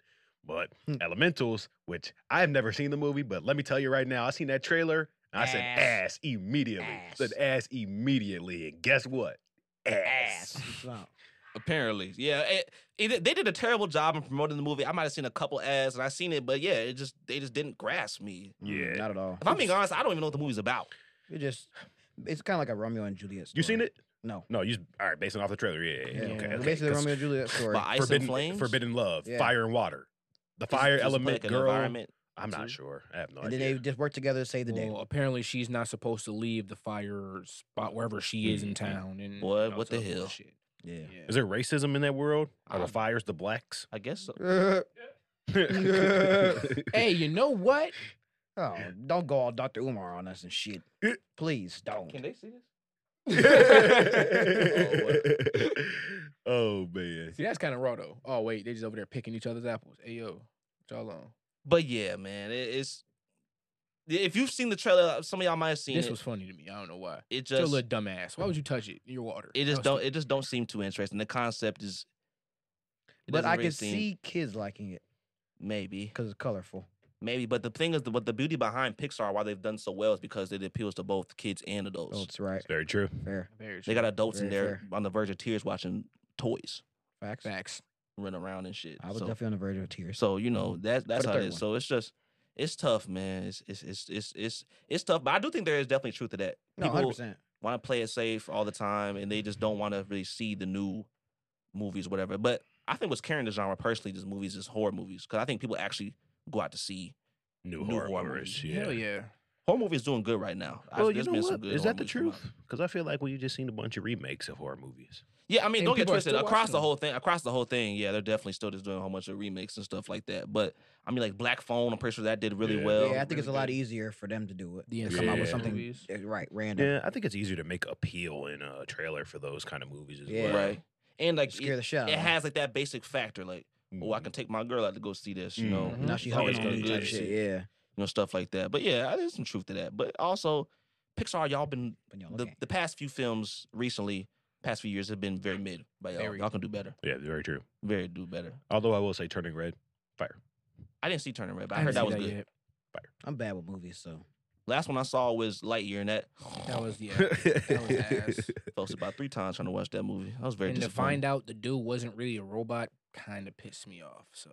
Speaker 4: But
Speaker 3: Hmm.
Speaker 4: Elementals, which I have never seen the movie, but let me tell you right now, I seen that trailer. And I said
Speaker 3: Ass.
Speaker 4: ass immediately. Said ass immediately, and guess what? Ass.
Speaker 3: It's not-
Speaker 1: Apparently, yeah, it, it- they did a terrible job in promoting the movie. I might have seen a couple ads, and I seen it, but yeah, it just they just didn't grasp me.
Speaker 3: mm,
Speaker 4: Yeah.
Speaker 3: Not at all.
Speaker 1: If I'm being honest, I don't even know what the movie's about.
Speaker 3: It just, it's kind of like a Romeo and Juliet. Story.
Speaker 4: You seen it?
Speaker 3: No.
Speaker 4: No, you all right? Based off the trailer, yeah, yeah, yeah.
Speaker 2: Yeah.
Speaker 4: okay.
Speaker 3: It's
Speaker 4: okay,
Speaker 3: Basically, a
Speaker 4: 'cause
Speaker 3: Romeo and Juliet story.
Speaker 1: By ice
Speaker 4: forbidden,
Speaker 1: and flames,
Speaker 4: forbidden love,
Speaker 3: Yeah.
Speaker 4: fire and water, the fire
Speaker 1: It's just
Speaker 4: element,
Speaker 1: like an
Speaker 4: girl,
Speaker 1: environment.
Speaker 4: I'm
Speaker 1: Two?
Speaker 4: not sure. I have no
Speaker 3: and then
Speaker 4: idea.
Speaker 3: they just work together to save the day.
Speaker 2: Well, apparently she's not supposed to leave the fire spot wherever she is in
Speaker 4: Mhm.
Speaker 2: town. And
Speaker 1: Boy,
Speaker 2: you know,
Speaker 1: what the
Speaker 2: so
Speaker 1: hell?
Speaker 2: Shit.
Speaker 3: Yeah.
Speaker 4: Is there racism in that world? Are the
Speaker 2: I'm-
Speaker 4: fires the blacks?
Speaker 1: I guess so.
Speaker 2: hey, you know what?
Speaker 3: oh, don't go all Dr. Umar on us and shit. Please don't.
Speaker 1: Can they see this?
Speaker 4: oh man.
Speaker 2: See, that's kind of raw though. Oh wait, they just over there picking each other's apples. Hey yo, what y'all on?
Speaker 1: But yeah, man, it, it's if you've seen the trailer, some of y'all might have seen
Speaker 2: This
Speaker 1: it.
Speaker 2: was funny to me. I don't know why.
Speaker 1: it
Speaker 2: Just,
Speaker 1: just
Speaker 2: little dumbass. Why would you touch it in your water?
Speaker 1: it just
Speaker 2: That was
Speaker 1: don't it just don't seem too interesting. The concept is, it
Speaker 3: but
Speaker 1: doesn't
Speaker 3: I
Speaker 1: really
Speaker 3: can
Speaker 1: seem-
Speaker 3: see kids liking it
Speaker 1: maybe
Speaker 3: because it's colorful.
Speaker 1: maybe. But the thing is, the, but the beauty behind Pixar, why they've done so well, is because it appeals to both kids and adults.
Speaker 3: Oh, it's right.
Speaker 4: Very true.
Speaker 3: Fair.
Speaker 2: stupid. Very
Speaker 1: They got adults in
Speaker 3: Very
Speaker 1: there
Speaker 3: fair.
Speaker 1: on the verge of tears watching toys
Speaker 3: Facts.
Speaker 2: facts.
Speaker 1: run around and shit.
Speaker 3: I was
Speaker 1: so,
Speaker 3: definitely on the verge of tears.
Speaker 1: so you know that that's
Speaker 3: the
Speaker 1: how it
Speaker 3: third
Speaker 1: is.
Speaker 3: one.
Speaker 1: So it's just it's tough, man. It's it's it's it's it's, it's tough. But I do think there is definitely truth to that.
Speaker 3: no,
Speaker 1: People
Speaker 3: 100%.
Speaker 1: want to play it safe all the time, and they just don't want to really see the new movies, whatever. But I think what's carrying the genre personally, just movies, is horror movies, because I think people actually go out to see
Speaker 4: New,
Speaker 1: New
Speaker 4: horror,
Speaker 1: horror
Speaker 4: movies.
Speaker 1: movies.
Speaker 4: Yeah.
Speaker 2: Hell yeah.
Speaker 1: horror movies doing good right now. I-
Speaker 4: Well, you
Speaker 1: there's
Speaker 4: know
Speaker 1: been some
Speaker 4: what?
Speaker 1: good
Speaker 4: Is
Speaker 1: horror
Speaker 4: that the
Speaker 1: movies come out.
Speaker 4: truth? Because I feel like we just seen a bunch of remakes of horror movies.
Speaker 1: Yeah, I mean,
Speaker 2: And
Speaker 1: don't get
Speaker 2: people are
Speaker 1: twisted.
Speaker 2: still
Speaker 1: Across
Speaker 2: watching
Speaker 1: the
Speaker 2: them.
Speaker 1: whole thing, across the whole thing, yeah, they're definitely still just doing a whole bunch of remakes and stuff like that. But I mean, like Black Phone, I'm pretty sure that did really
Speaker 4: Yeah.
Speaker 1: well.
Speaker 3: yeah, I think it's a
Speaker 2: really
Speaker 3: lot
Speaker 2: good.
Speaker 3: easier for them to do it.
Speaker 2: The
Speaker 3: and come out with
Speaker 4: Yeah.
Speaker 3: something
Speaker 2: movies.
Speaker 3: uh, right random.
Speaker 4: Yeah, I think it's easier to make appeal in a trailer for those kind of movies as
Speaker 3: Yeah.
Speaker 4: well.
Speaker 1: right? And like
Speaker 3: Scare
Speaker 1: it,
Speaker 3: the shit out
Speaker 1: it
Speaker 3: of 'em.
Speaker 1: has like that basic factor, like oh, I
Speaker 4: Mhm.
Speaker 1: can take my girl out to go see this, you know,
Speaker 2: Mhm.
Speaker 3: Mm-hmm. Now she
Speaker 1: Oh,
Speaker 3: hopping
Speaker 1: it's
Speaker 3: on
Speaker 1: gonna
Speaker 3: you
Speaker 1: be
Speaker 3: type
Speaker 1: good.
Speaker 3: shit. Yeah.
Speaker 1: you know, stuff like that. But yeah, there's some truth to that. But also, Pixar, y'all been
Speaker 3: But y'all
Speaker 1: the,
Speaker 3: okay.
Speaker 1: the past few films recently, past few years have been very mid by y'all.
Speaker 2: Very.
Speaker 1: Y'all can do better.
Speaker 4: Mm. Yeah, very true.
Speaker 1: Very do better.
Speaker 4: Although I will say, Turning Red.
Speaker 1: I didn't see Turning Red, but I,
Speaker 2: I
Speaker 1: heard
Speaker 2: haven't
Speaker 1: that was good.
Speaker 2: seen yet.
Speaker 3: I'm bad with movies, so
Speaker 1: Last one I saw was Lightyear, and that
Speaker 2: That was yeah. That was ass.
Speaker 1: posted about three times trying to watch that movie. I was very
Speaker 2: and to
Speaker 1: disappointed.
Speaker 2: find out the dude wasn't really a robot kind of pissed me off. So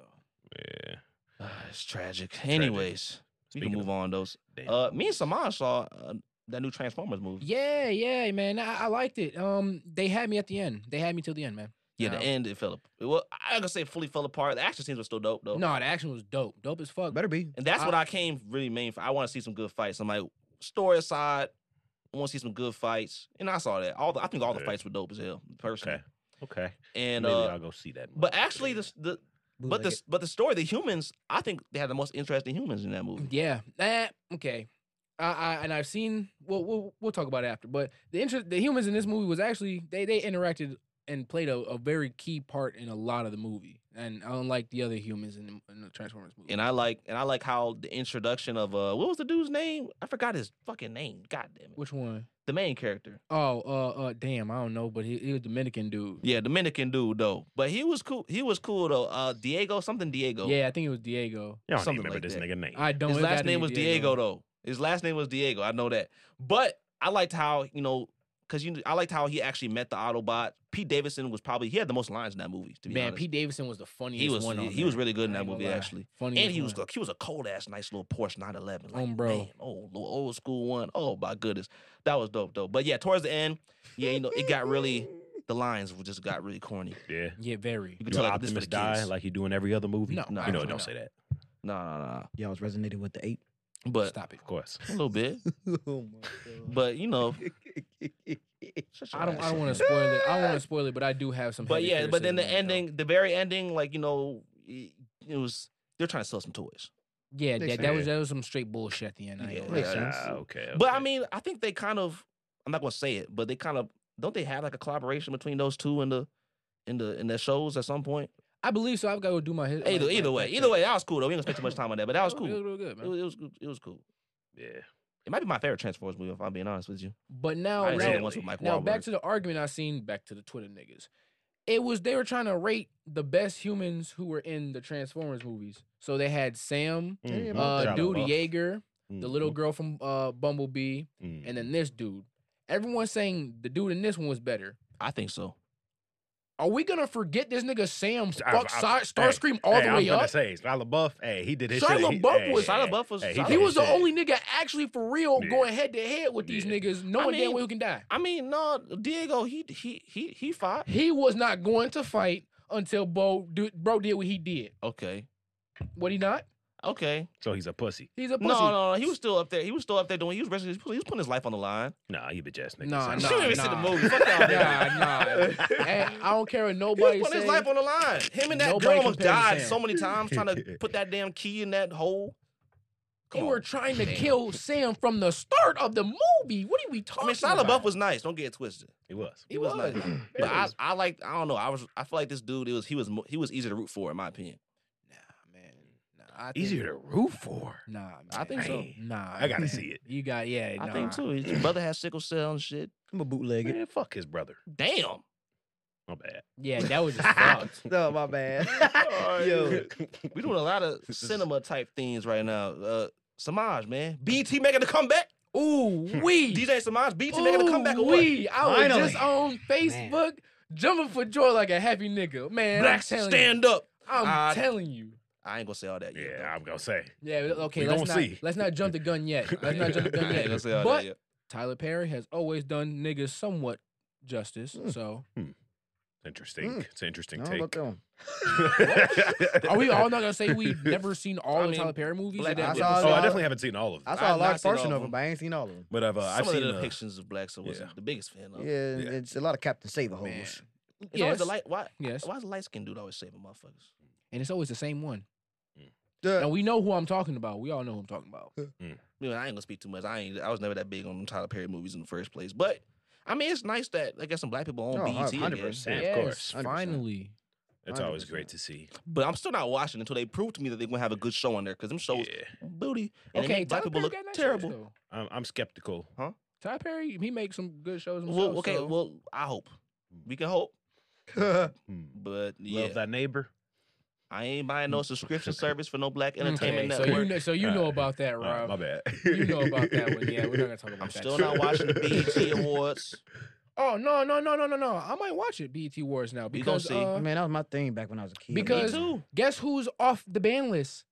Speaker 4: yeah.
Speaker 1: it's tragic. Anyways, we
Speaker 4: Speaking
Speaker 1: can
Speaker 4: of-
Speaker 1: move on. Those.
Speaker 4: Damn.
Speaker 1: Uh, me and Saman saw uh, that new Transformers movie.
Speaker 2: yeah, yeah, man, I, I liked it. Um, they had me at the end. They had me till the end, man.
Speaker 1: Yeah,
Speaker 2: Now-
Speaker 1: the end it fell. ap- Well, I ain't gonna say it fully fell apart. The action scenes were still dope though.
Speaker 2: No, the action was dope. Dope as fuck.
Speaker 3: better be.
Speaker 1: and that's
Speaker 2: I-
Speaker 1: what I came really main for. I want to see some good fights. I'm like, story aside, I want to see some good fights, and I saw that. All the, I think all the
Speaker 4: Yeah.
Speaker 1: fights were dope as hell, personally.
Speaker 4: Okay. Okay.
Speaker 1: And
Speaker 4: Maybe
Speaker 1: uh,
Speaker 4: I'll go see that.
Speaker 1: but
Speaker 4: movie.
Speaker 1: actually, the, the but
Speaker 3: Bootleg
Speaker 1: the
Speaker 3: it.
Speaker 1: s- but the story, the humans, I think they had the most interesting humans in that movie.
Speaker 2: Yeah. Eh, okay. I, I and I've seen. Well, we'll we'll talk about it after. But the interest, the humans in this movie was actually they they interacted and played a, a very key part in a lot of the movie. And unlike the other humans in the, in the Transformers movie,
Speaker 1: And I like and I like how the introduction of uh, what was the dude's name? I forgot his fucking name. God damn it,
Speaker 2: which one?
Speaker 1: the main character.
Speaker 2: Oh, uh, uh, damn, I don't know, but he, he was Dominican dude.
Speaker 1: Yeah, Dominican dude though, but he was cool. He was cool though. Uh, Diego something Diego.
Speaker 2: Yeah, I think it was Diego.
Speaker 4: Y'all don't
Speaker 1: something
Speaker 4: even remember
Speaker 1: like
Speaker 4: this
Speaker 1: that.
Speaker 4: nigga name.
Speaker 2: I don't.
Speaker 1: His
Speaker 2: it
Speaker 1: last
Speaker 2: gotta be
Speaker 1: name was Diego. though. His last name was Diego. I know that. But I liked how, you know, because you I liked how he actually met the Autobot. Pete Davidson was probably he had the most lines in that movie, to be
Speaker 2: Man,
Speaker 1: honest.
Speaker 2: Pete Davidson was the funniest
Speaker 1: he was
Speaker 2: one.
Speaker 1: he,
Speaker 2: on
Speaker 1: he was
Speaker 2: there.
Speaker 1: really good in that
Speaker 2: I ain't gonna
Speaker 1: movie,
Speaker 2: lie.
Speaker 1: actually.
Speaker 2: Funniest
Speaker 1: And he was
Speaker 2: one.
Speaker 1: he was a cold ass nice little Porsche 911. Like,
Speaker 2: Um, bro.
Speaker 1: man, oh, little old school one. Oh my goodness. That was dope though. But yeah, towards the end, yeah, you know, it got really the lines were- just got really corny.
Speaker 4: yeah.
Speaker 2: Yeah, very.
Speaker 1: You
Speaker 4: You
Speaker 1: could tell like, this was
Speaker 4: Optimus
Speaker 1: the
Speaker 4: die
Speaker 1: kids.
Speaker 4: like you do in every other movie.
Speaker 2: No,
Speaker 1: No,
Speaker 4: you know,
Speaker 1: actually
Speaker 4: don't
Speaker 2: no.
Speaker 4: say that.
Speaker 1: No, no, no.
Speaker 3: Y'all was resonated with the ape.
Speaker 1: But
Speaker 2: Stop it.
Speaker 4: Of course.
Speaker 1: a little bit.
Speaker 3: oh my
Speaker 1: But you know, shut your
Speaker 2: I don't.
Speaker 1: ass
Speaker 2: I
Speaker 1: up.
Speaker 2: don't want to spoil it. I don't want to spoil it, but I do have some.
Speaker 1: But
Speaker 2: heavy
Speaker 1: yeah, but then the
Speaker 2: criticisms, though.
Speaker 1: ending, the very ending, like you know, it, it was they're trying to sell some toys.
Speaker 2: Yeah,
Speaker 3: Makes
Speaker 2: that, that was
Speaker 4: sense.
Speaker 2: that was some straight bullshit at the end. I ain't
Speaker 1: Yeah.
Speaker 2: gonna
Speaker 3: Makes
Speaker 2: lie.
Speaker 3: sense.
Speaker 4: Ah, okay,
Speaker 1: But I
Speaker 4: okay.
Speaker 1: mean, I think they kind of, I'm not gonna say it, but they kind of don't they have like a collaboration between those two in the in the in their shows at some point?
Speaker 2: I believe so. I've got to do my
Speaker 1: Either either way, either way, that was cool though. We didn't spend too much time on that, but that was
Speaker 2: It was
Speaker 1: cool.
Speaker 2: real good,
Speaker 1: It
Speaker 2: man.
Speaker 1: was it was, good- it was cool.
Speaker 4: yeah.
Speaker 1: It might be my favorite Transformers movie if I'm being honest with you.
Speaker 2: But now,
Speaker 1: I didn't see
Speaker 2: now,
Speaker 1: it once with Mike
Speaker 2: Oh, now back
Speaker 1: Wahlberg.
Speaker 2: to the argument I seen. Back to the Twitter niggas. It was they were trying to rate the best humans who were in the Transformers movies. So they had Sam,
Speaker 3: Hey,
Speaker 1: Mm-hmm.
Speaker 4: Mhm.
Speaker 2: uh,
Speaker 4: Shia
Speaker 2: Dude
Speaker 4: LaBeouf.
Speaker 2: Yeager, the little
Speaker 4: Mhm.
Speaker 2: girl from uh, Bumblebee,
Speaker 4: Mhm.
Speaker 2: and then this dude. Everyone's saying the dude in this one was better.
Speaker 1: I think so.
Speaker 2: Are we gonna forget this nigga Sam
Speaker 4: I-
Speaker 2: fuck
Speaker 4: I-
Speaker 2: Star Starscream all
Speaker 4: hey,
Speaker 2: the
Speaker 4: I'm
Speaker 2: way
Speaker 4: gonna
Speaker 2: up?
Speaker 4: say Shia LaBeouf. Hey, he did his.
Speaker 2: Shia
Speaker 4: shit. He-
Speaker 2: LaBeuf
Speaker 4: hey,
Speaker 2: was-
Speaker 1: Shia
Speaker 4: hey,
Speaker 1: LaBeouf was-
Speaker 4: hey,
Speaker 1: Shia
Speaker 4: did
Speaker 2: He
Speaker 1: Yeah,
Speaker 4: his
Speaker 2: was the
Speaker 4: shit.
Speaker 2: only nigga actually for real
Speaker 4: Yeah.
Speaker 2: going head to head with these
Speaker 4: Yeah.
Speaker 2: niggas, knowing damn
Speaker 1: mean-
Speaker 2: well who can die.
Speaker 1: I mean, no, Diego, he he he he fought.
Speaker 2: He was not going to fight until Bo do, Bro did what he did.
Speaker 1: Okay,
Speaker 2: What he not?
Speaker 1: Okay.
Speaker 4: So he's a pussy.
Speaker 2: He's a pussy.
Speaker 1: No, no, no. He was still up there. He was still up there doing. He was risking. He was putting his life on the line.
Speaker 4: Nah, he bitch ass nigga.
Speaker 2: Nah,
Speaker 4: Simon.
Speaker 1: you didn't even see the
Speaker 2: nah.
Speaker 1: movie. Fuck y'all, nigga.
Speaker 2: Nah, nah. And I don't care what
Speaker 1: He was
Speaker 2: nobody
Speaker 1: putting
Speaker 2: says.
Speaker 1: his life on the line. Him and that
Speaker 2: Nobody
Speaker 1: girl almost
Speaker 2: compares to
Speaker 1: died
Speaker 2: Sam.
Speaker 1: so many times trying to put that damn key in that hole.
Speaker 2: They
Speaker 1: Come
Speaker 2: were
Speaker 1: on.
Speaker 2: trying to
Speaker 1: Damn.
Speaker 2: kill Sam from the start of the movie. What are we
Speaker 1: I
Speaker 2: talking
Speaker 1: mean, Shia
Speaker 2: about?
Speaker 1: LaBeouf was nice. Don't get it twisted.
Speaker 4: He was.
Speaker 1: He was nice.
Speaker 2: Nah,
Speaker 1: But I, I like. I don't know. I was. I feel like this dude. It was. He was. mo- He was easy to root for, in my opinion.
Speaker 2: man. Nah, I think,
Speaker 4: Easier to root for.
Speaker 2: Nah, man.
Speaker 1: I think so.
Speaker 4: Dang.
Speaker 2: Nah,
Speaker 4: I gotta
Speaker 2: man.
Speaker 4: see it.
Speaker 2: You got yeah.
Speaker 1: I
Speaker 2: nah.
Speaker 1: think too. His brother has sickle cell and shit.
Speaker 3: I'm a bootlegger.
Speaker 4: Man, fuck his brother.
Speaker 1: Damn.
Speaker 4: My bad.
Speaker 2: Yeah, that was just fucked.
Speaker 3: No, Oh, my bad. Yo,
Speaker 1: We doing a lot of cinema type things right now. Uh, Samaj, man. BT making a comeback.
Speaker 2: Ooh wee.
Speaker 1: DJ Samaj. BT making a comeback. or what?
Speaker 2: wee. I was
Speaker 4: Finally.
Speaker 2: just on Facebook jumping for joy like a happy nigga. Man,
Speaker 1: Blacks,
Speaker 2: I'm telling
Speaker 1: stand up.
Speaker 2: you. I'm
Speaker 1: I-
Speaker 2: telling you.
Speaker 1: I ain't gonna say all that. Yet,
Speaker 4: yeah, I'm gonna say.
Speaker 2: Yeah, okay,
Speaker 4: We
Speaker 2: let's
Speaker 4: gonna
Speaker 2: not
Speaker 4: see.
Speaker 2: let's not jump the gun yet. Let's not jump the
Speaker 1: though. I
Speaker 2: gun
Speaker 1: ain't
Speaker 2: yet.
Speaker 1: gonna say all
Speaker 2: But
Speaker 1: that. Yet.
Speaker 2: Tyler Perry has always done niggas somewhat justice.
Speaker 3: Mm.
Speaker 2: So
Speaker 4: Interesting.
Speaker 3: Mm.
Speaker 4: It's an interesting
Speaker 3: no,
Speaker 4: take.
Speaker 3: about them.
Speaker 2: are we all not gonna say we've never seen all
Speaker 1: I
Speaker 2: the
Speaker 1: mean,
Speaker 2: Tyler Perry movies?
Speaker 1: Black
Speaker 2: Or
Speaker 1: Adam
Speaker 2: that-
Speaker 3: I saw-
Speaker 4: Oh, I
Speaker 3: I-
Speaker 4: definitely haven't seen all
Speaker 3: I
Speaker 4: of them.
Speaker 1: I've
Speaker 3: saw a
Speaker 1: not
Speaker 3: large
Speaker 1: seen all
Speaker 3: portion
Speaker 1: of
Speaker 3: of them,
Speaker 1: them.
Speaker 3: but I ain't seen all of them.
Speaker 4: But I've, uh, I've
Speaker 1: Some of
Speaker 4: seen
Speaker 1: the
Speaker 4: uh,
Speaker 1: depictions of blacks I wasn't
Speaker 4: yeah.
Speaker 1: the biggest fan of.
Speaker 3: Yeah, it's a lot of Captain Save holes.
Speaker 2: Man.
Speaker 1: It's
Speaker 2: Yes.
Speaker 1: always the light. Why?
Speaker 2: Yes.
Speaker 1: Why is the light skinned dude always saving motherfuckers?
Speaker 2: And it's always the same one.
Speaker 3: The-
Speaker 2: And we know who I'm talking about. We all know who I'm talking about.
Speaker 1: I mean, I ain't gonna speak too much. I ain't. I was never that big on them Tyler Perry movies in the first place. But I mean, it's nice that I guess some black people on
Speaker 3: Oh,
Speaker 1: BET. I guess.
Speaker 3: 100%.
Speaker 4: Yeah, of course.
Speaker 3: 100%.
Speaker 2: Finally.
Speaker 4: It's always
Speaker 3: 100%.
Speaker 4: great to see.
Speaker 1: But I'm still not watching until they prove to me that they're gonna have a good show on there because them shows
Speaker 4: Yeah.
Speaker 1: booty and they
Speaker 2: okay,
Speaker 1: make black
Speaker 2: Tyler
Speaker 1: people
Speaker 2: Perry
Speaker 1: look
Speaker 2: got nice shows,
Speaker 1: terrible.
Speaker 2: though.
Speaker 4: I'm, I'm skeptical.
Speaker 2: Tyler Perry, he makes some good shows. Himself,
Speaker 1: well, okay.
Speaker 2: so-
Speaker 1: Well, I hope we can hope,
Speaker 4: Hmm.
Speaker 1: but yeah,
Speaker 4: Love thy neighbor.
Speaker 1: I ain't buying no subscription service for no black
Speaker 2: Mm. okay,
Speaker 1: entertainment
Speaker 2: so you
Speaker 1: network.
Speaker 2: know, so you know
Speaker 4: Alright.
Speaker 2: about that,
Speaker 4: All right,
Speaker 2: Rob.
Speaker 4: Oh, my bad.
Speaker 2: uh, you know about that one. Yeah, we're not gonna talk about
Speaker 1: I'm
Speaker 2: that.
Speaker 1: still not watching the BET Awards.
Speaker 2: Oh no, no, no, no, no, no! I might watch it. BET Wars now
Speaker 1: gonna
Speaker 2: because
Speaker 1: see.
Speaker 2: uh,
Speaker 3: Man, that was my thing back when I was a kid.
Speaker 2: Because-
Speaker 1: me too.
Speaker 2: guess who's off the ban list?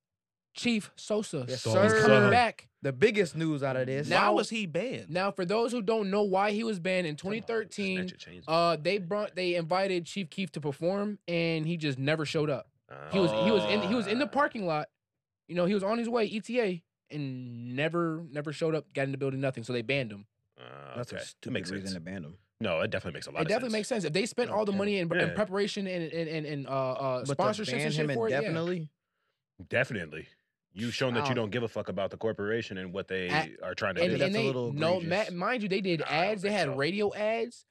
Speaker 2: Chief Sosa.
Speaker 3: Yes,
Speaker 2: He's
Speaker 3: sir.
Speaker 2: coming back.
Speaker 3: the biggest news out of this.
Speaker 2: Now-
Speaker 1: Why was he banned?
Speaker 2: Now, for those who don't know why he was banned in 2013,
Speaker 4: Snatch a chains.
Speaker 2: uh, they brought they invited Chief Keef to perform, and he just never showed up. He was he was in he was in
Speaker 4: Uh,
Speaker 2: the
Speaker 1: Ah.
Speaker 2: parking lot. You know, he was on his way ETA and never never showed up. Got in the building, nothing. So they banned him.
Speaker 4: Ah,
Speaker 3: that's
Speaker 4: okay.
Speaker 3: a
Speaker 4: That
Speaker 3: stupid
Speaker 4: makes
Speaker 3: reason
Speaker 4: sense.
Speaker 3: to ban them.
Speaker 4: No, it definitely makes a lot.
Speaker 2: It
Speaker 4: of
Speaker 2: definitely makes
Speaker 4: sense.
Speaker 2: sense if they spent
Speaker 3: Oh,
Speaker 2: all the
Speaker 3: yeah.
Speaker 2: money in, in
Speaker 4: Yeah.
Speaker 2: preparation and and and, and uh, uh,
Speaker 3: But to
Speaker 2: sponsorships
Speaker 3: ban
Speaker 2: and shit
Speaker 3: him
Speaker 2: for it. yeah.
Speaker 3: indefinitely,
Speaker 4: Definitely, you've shown that you
Speaker 3: Wow.
Speaker 4: don't give a fuck about the corporation and what they
Speaker 2: At-
Speaker 4: are trying to
Speaker 2: and,
Speaker 4: do.
Speaker 3: that's
Speaker 2: and
Speaker 3: a
Speaker 2: they
Speaker 3: little
Speaker 2: no ma-
Speaker 3: egregious.
Speaker 2: mind you they did
Speaker 4: Nah, I don't
Speaker 2: ads they
Speaker 4: think
Speaker 2: had
Speaker 4: so.
Speaker 2: radio ads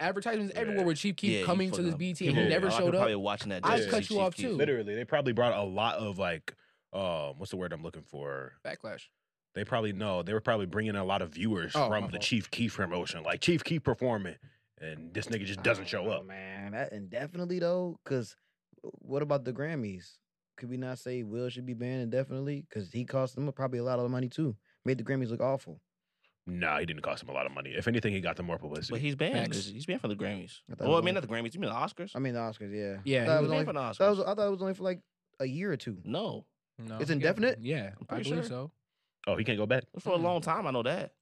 Speaker 2: advertisements
Speaker 4: Yeah.
Speaker 2: everywhere where chief keep
Speaker 1: Yeah, you
Speaker 2: coming to
Speaker 1: fucking-
Speaker 2: this bt and he
Speaker 4: people-
Speaker 2: never
Speaker 1: a lot of
Speaker 2: showed
Speaker 1: people
Speaker 2: up
Speaker 1: Probably watching that. E
Speaker 4: I'd
Speaker 1: just to
Speaker 4: cut
Speaker 1: see
Speaker 2: you
Speaker 1: Chief
Speaker 2: off,
Speaker 1: Keef.
Speaker 2: too.
Speaker 4: Literally, they probably brought a lot of like, um, what's the word I'm looking for?
Speaker 2: backlash
Speaker 4: They probably know they were probably bringing a lot of viewers
Speaker 2: Oh, my
Speaker 4: from the
Speaker 2: fault.
Speaker 4: Chief Keef promotion, like Chief Keef performing, and this nigga just doesn't show
Speaker 3: Oh,
Speaker 4: up.
Speaker 3: man. That indefinitely though, because what about the Grammys? Could we not say Will should be banned indefinitely? Because he cost them probably a lot of money too. Made the Grammys look awful.
Speaker 4: No, he didn't cost him a lot of money. If anything, he got them more publicity.
Speaker 1: But he's banned.
Speaker 2: Facts.
Speaker 1: He's banned from the Grammys.
Speaker 3: I thought it
Speaker 1: Well, I
Speaker 3: was
Speaker 1: mean,
Speaker 3: only-
Speaker 1: not the Grammys. You mean the Oscars?
Speaker 3: I mean the Oscars, yeah.
Speaker 2: Yeah,
Speaker 3: I
Speaker 2: he
Speaker 3: thought
Speaker 1: He
Speaker 3: it was
Speaker 1: was
Speaker 3: only,
Speaker 1: banned from the Oscars.
Speaker 3: that was, I thought it was only for like a year or two.
Speaker 1: no,
Speaker 2: no
Speaker 3: It's
Speaker 2: yeah,
Speaker 3: indefinite?
Speaker 2: yeah
Speaker 1: I'm
Speaker 2: i
Speaker 1: pretty
Speaker 2: believe
Speaker 1: sure.
Speaker 2: so
Speaker 4: oh, he can't go back.
Speaker 1: It was for a
Speaker 2: Mm.
Speaker 1: long time. I know that.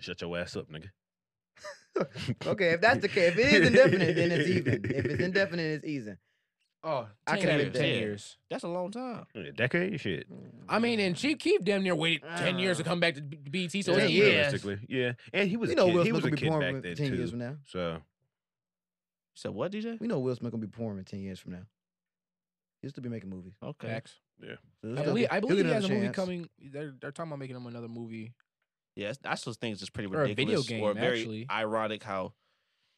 Speaker 4: Shut your ass up, nigga.
Speaker 3: Okay, if that's the case, if it is indefinite, then it's even. If it's indefinite, it's even.
Speaker 2: oh
Speaker 3: I
Speaker 2: 10
Speaker 3: can
Speaker 2: years,
Speaker 1: admit that.
Speaker 2: 10
Speaker 1: Yeah.
Speaker 2: years
Speaker 1: That's a long time.
Speaker 4: A decade, shit.
Speaker 2: i mean and chief keep damn near waited 10 years to
Speaker 3: Uh,
Speaker 2: come back to B- bt so
Speaker 3: Yeah,
Speaker 2: it's
Speaker 3: yeah.
Speaker 2: years.
Speaker 4: realistically, yeah. And he was
Speaker 3: we
Speaker 4: a
Speaker 3: know
Speaker 4: kid.
Speaker 3: Will
Speaker 4: He
Speaker 3: Smith
Speaker 4: was a
Speaker 3: gonna be
Speaker 4: kid
Speaker 3: pouring
Speaker 4: back
Speaker 3: for
Speaker 4: then
Speaker 3: ten years
Speaker 4: too.
Speaker 3: from now.
Speaker 4: So
Speaker 1: You said what, DJ?
Speaker 3: We know Will Smith gonna be pouring in ten years from now. He'll still be making movies.
Speaker 1: Okay.
Speaker 2: Facts.
Speaker 3: So he'll
Speaker 2: I
Speaker 3: still
Speaker 2: believe,
Speaker 3: get-
Speaker 2: I
Speaker 3: he'll
Speaker 2: believe
Speaker 3: get
Speaker 2: he has a
Speaker 3: another
Speaker 2: movie
Speaker 3: chance.
Speaker 2: coming. They're, they're talking about making him another movie.
Speaker 1: Yeah, that's- that's those things that's pretty
Speaker 2: Or a video
Speaker 1: ridiculous.
Speaker 2: game,
Speaker 1: or very
Speaker 2: actually.
Speaker 1: ironic how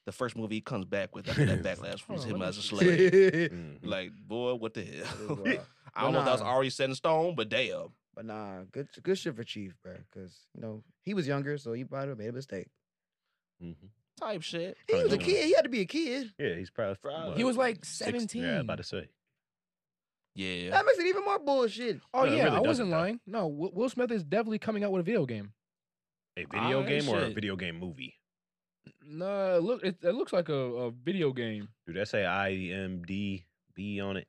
Speaker 1: the first movie he comes back with after that backlash
Speaker 2: Hold
Speaker 1: was
Speaker 2: on,
Speaker 1: him
Speaker 2: Oh, let me
Speaker 1: as a
Speaker 2: see.
Speaker 1: slave.
Speaker 4: mhm.
Speaker 1: like, boy, what the hell?
Speaker 3: Wow.
Speaker 1: I don't know if that was
Speaker 3: nah.
Speaker 1: already set in stone, but damn.
Speaker 3: uh, but nah, good good shit for Chief, bro. Because you know he was younger, so he probably made a mistake.
Speaker 4: Mhm.
Speaker 1: Type shit.
Speaker 3: He
Speaker 4: Probably
Speaker 3: was a
Speaker 4: not.
Speaker 3: kid. He had to be a kid.
Speaker 4: yeah, he's probably
Speaker 1: Probably.
Speaker 4: what,
Speaker 2: He was like
Speaker 4: six- Yeah,
Speaker 2: 17.
Speaker 4: about to say.
Speaker 1: Yeah.
Speaker 3: That makes it even more bullshit.
Speaker 2: oh,
Speaker 4: No, it
Speaker 2: yeah.
Speaker 4: really
Speaker 2: I
Speaker 4: doesn't,
Speaker 2: wasn't
Speaker 4: though.
Speaker 2: lying. No, Will Will Smith is definitely coming out with a video game.
Speaker 4: A video
Speaker 1: Ah,
Speaker 4: game or a
Speaker 1: shit.
Speaker 4: video game movie?
Speaker 2: No, look, it, it looks like a, a video game.
Speaker 4: Dude, that say IMDb on it.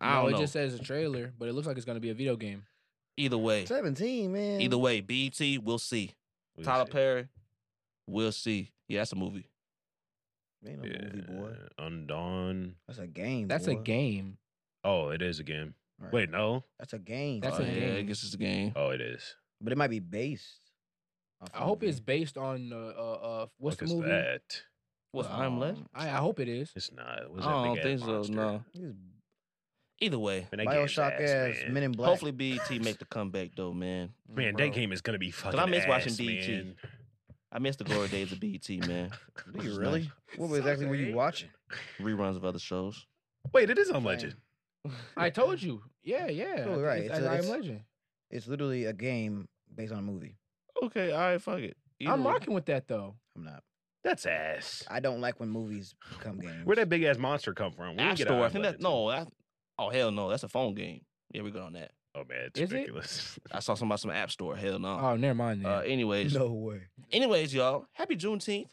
Speaker 1: I don't
Speaker 2: no,
Speaker 1: know.
Speaker 2: it just says a trailer, but it looks like it's gonna be a video game.
Speaker 1: Either way.
Speaker 3: Seventeen, man.
Speaker 1: Either way, BT, we'll see.
Speaker 4: We'll
Speaker 1: Tyler
Speaker 4: see.
Speaker 1: Perry, we'll see. Yeah, that's a movie.
Speaker 3: Ain't no movie boy.
Speaker 4: Undawn.
Speaker 3: That's a game.
Speaker 2: That's a
Speaker 3: boy.
Speaker 2: game.
Speaker 4: Oh, it is a game.
Speaker 3: Right.
Speaker 4: Wait, no.
Speaker 3: That's a game.
Speaker 2: That's
Speaker 1: oh,
Speaker 2: a
Speaker 1: yeah, I
Speaker 2: game.
Speaker 1: guess it's a game.
Speaker 4: Oh, it is.
Speaker 3: But it might be based. off
Speaker 2: I
Speaker 3: of
Speaker 2: hope
Speaker 3: it.
Speaker 2: it's based on uh, uh, uh what's
Speaker 4: Fuck
Speaker 2: the
Speaker 4: is
Speaker 2: movie?
Speaker 4: that?
Speaker 1: What's I'm Legend?
Speaker 2: I, I hope it is.
Speaker 4: It's not.
Speaker 1: I
Speaker 4: What's Oh, that
Speaker 1: don't
Speaker 4: big
Speaker 1: think
Speaker 4: ass
Speaker 1: so.
Speaker 4: monster?
Speaker 1: No.
Speaker 3: It's
Speaker 1: Either way,
Speaker 4: Man, that game's
Speaker 3: Bioshock
Speaker 4: ass,
Speaker 3: ass,
Speaker 4: man.
Speaker 3: Men in Black.
Speaker 1: hopefully BET make the comeback though, man.
Speaker 4: Man,
Speaker 2: Bro.
Speaker 4: that game is gonna be fucking.
Speaker 1: I miss watching
Speaker 4: ass,
Speaker 1: BET.
Speaker 4: man.
Speaker 1: I miss the glory days of BET, man.
Speaker 3: Do
Speaker 1: Which
Speaker 3: you
Speaker 1: is
Speaker 3: really?
Speaker 1: nice.
Speaker 3: What exactly were you
Speaker 2: Sounds
Speaker 3: watching?
Speaker 1: Reruns of other shows.
Speaker 4: Wait, it is on
Speaker 3: Same.
Speaker 4: Legend.
Speaker 2: I told you. Yeah, yeah.
Speaker 3: Oh, right,
Speaker 2: It's,
Speaker 3: it's a-
Speaker 2: I am
Speaker 3: it's-
Speaker 2: Legend.
Speaker 3: It's literally a game based on a movie.
Speaker 1: Okay, all right, fuck it. Either
Speaker 2: I'm
Speaker 1: way.
Speaker 2: rocking with that though.
Speaker 3: I'm not.
Speaker 4: That's ass.
Speaker 3: I don't like when movies become Ah, games.
Speaker 4: Where'd that big ass monster come from? We can
Speaker 1: App
Speaker 4: get
Speaker 1: Store. I
Speaker 4: out
Speaker 1: think
Speaker 4: of
Speaker 1: that
Speaker 4: Legend.
Speaker 1: no. That, oh hell no, that's a phone game. Yeah, we good on that.
Speaker 4: Oh man, it's
Speaker 2: Is it?
Speaker 4: ridiculous.
Speaker 1: I saw something about some App Store. Hell no.
Speaker 2: Oh, never mind that.
Speaker 1: Uh, anyways,
Speaker 3: No way.
Speaker 1: anyways, y'all. Happy Juneteenth.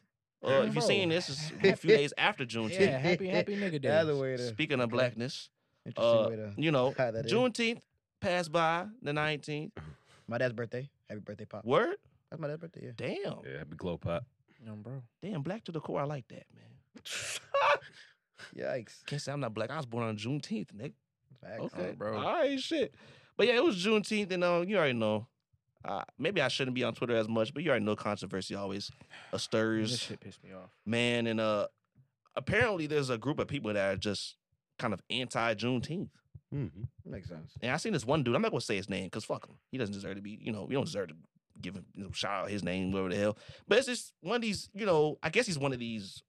Speaker 1: Uh, if
Speaker 3: Bro.
Speaker 1: you're seeing this, it's a few days after
Speaker 2: yeah,
Speaker 1: Juneteenth.
Speaker 2: happy happy nigga
Speaker 3: The other
Speaker 2: days.
Speaker 3: way to
Speaker 1: Speaking of
Speaker 3: Okay.
Speaker 1: blackness,
Speaker 3: interesting
Speaker 1: uh,
Speaker 3: way to
Speaker 1: you know,
Speaker 3: tie that in.
Speaker 1: Juneteenth passed by the 19th.
Speaker 3: My dad's birthday. Happy birthday, Pop.
Speaker 1: Word?
Speaker 3: That's my dad's birthday. Yeah.
Speaker 1: Damn.
Speaker 4: Yeah, happy glow pop.
Speaker 2: Um, bro.
Speaker 1: Damn, black to the core. I like that, man.
Speaker 3: Yikes.
Speaker 1: Can't say I'm not black. I was born on Juneteenth, nigga.
Speaker 3: Facts.
Speaker 1: Okay,
Speaker 2: bro.
Speaker 1: All right, shit. But yeah, it was Juneteenth, and uh, you already know. Uh, maybe I shouldn't be on Twitter as much, but you already know controversy always uh,
Speaker 2: This
Speaker 1: stirs,
Speaker 2: shit pissed me off.
Speaker 1: man. And uh, apparently there's a group of people that are just kind of anti Juneteenth.
Speaker 4: Mhm.
Speaker 3: Makes sense.
Speaker 1: And I seen this one dude. I'm not gonna say his name because fuck him. He doesn't deserve to be. You know, we don't deserve to give him you know, shout out his name, whatever the hell. But it's just one of these. You know, I guess he's one of these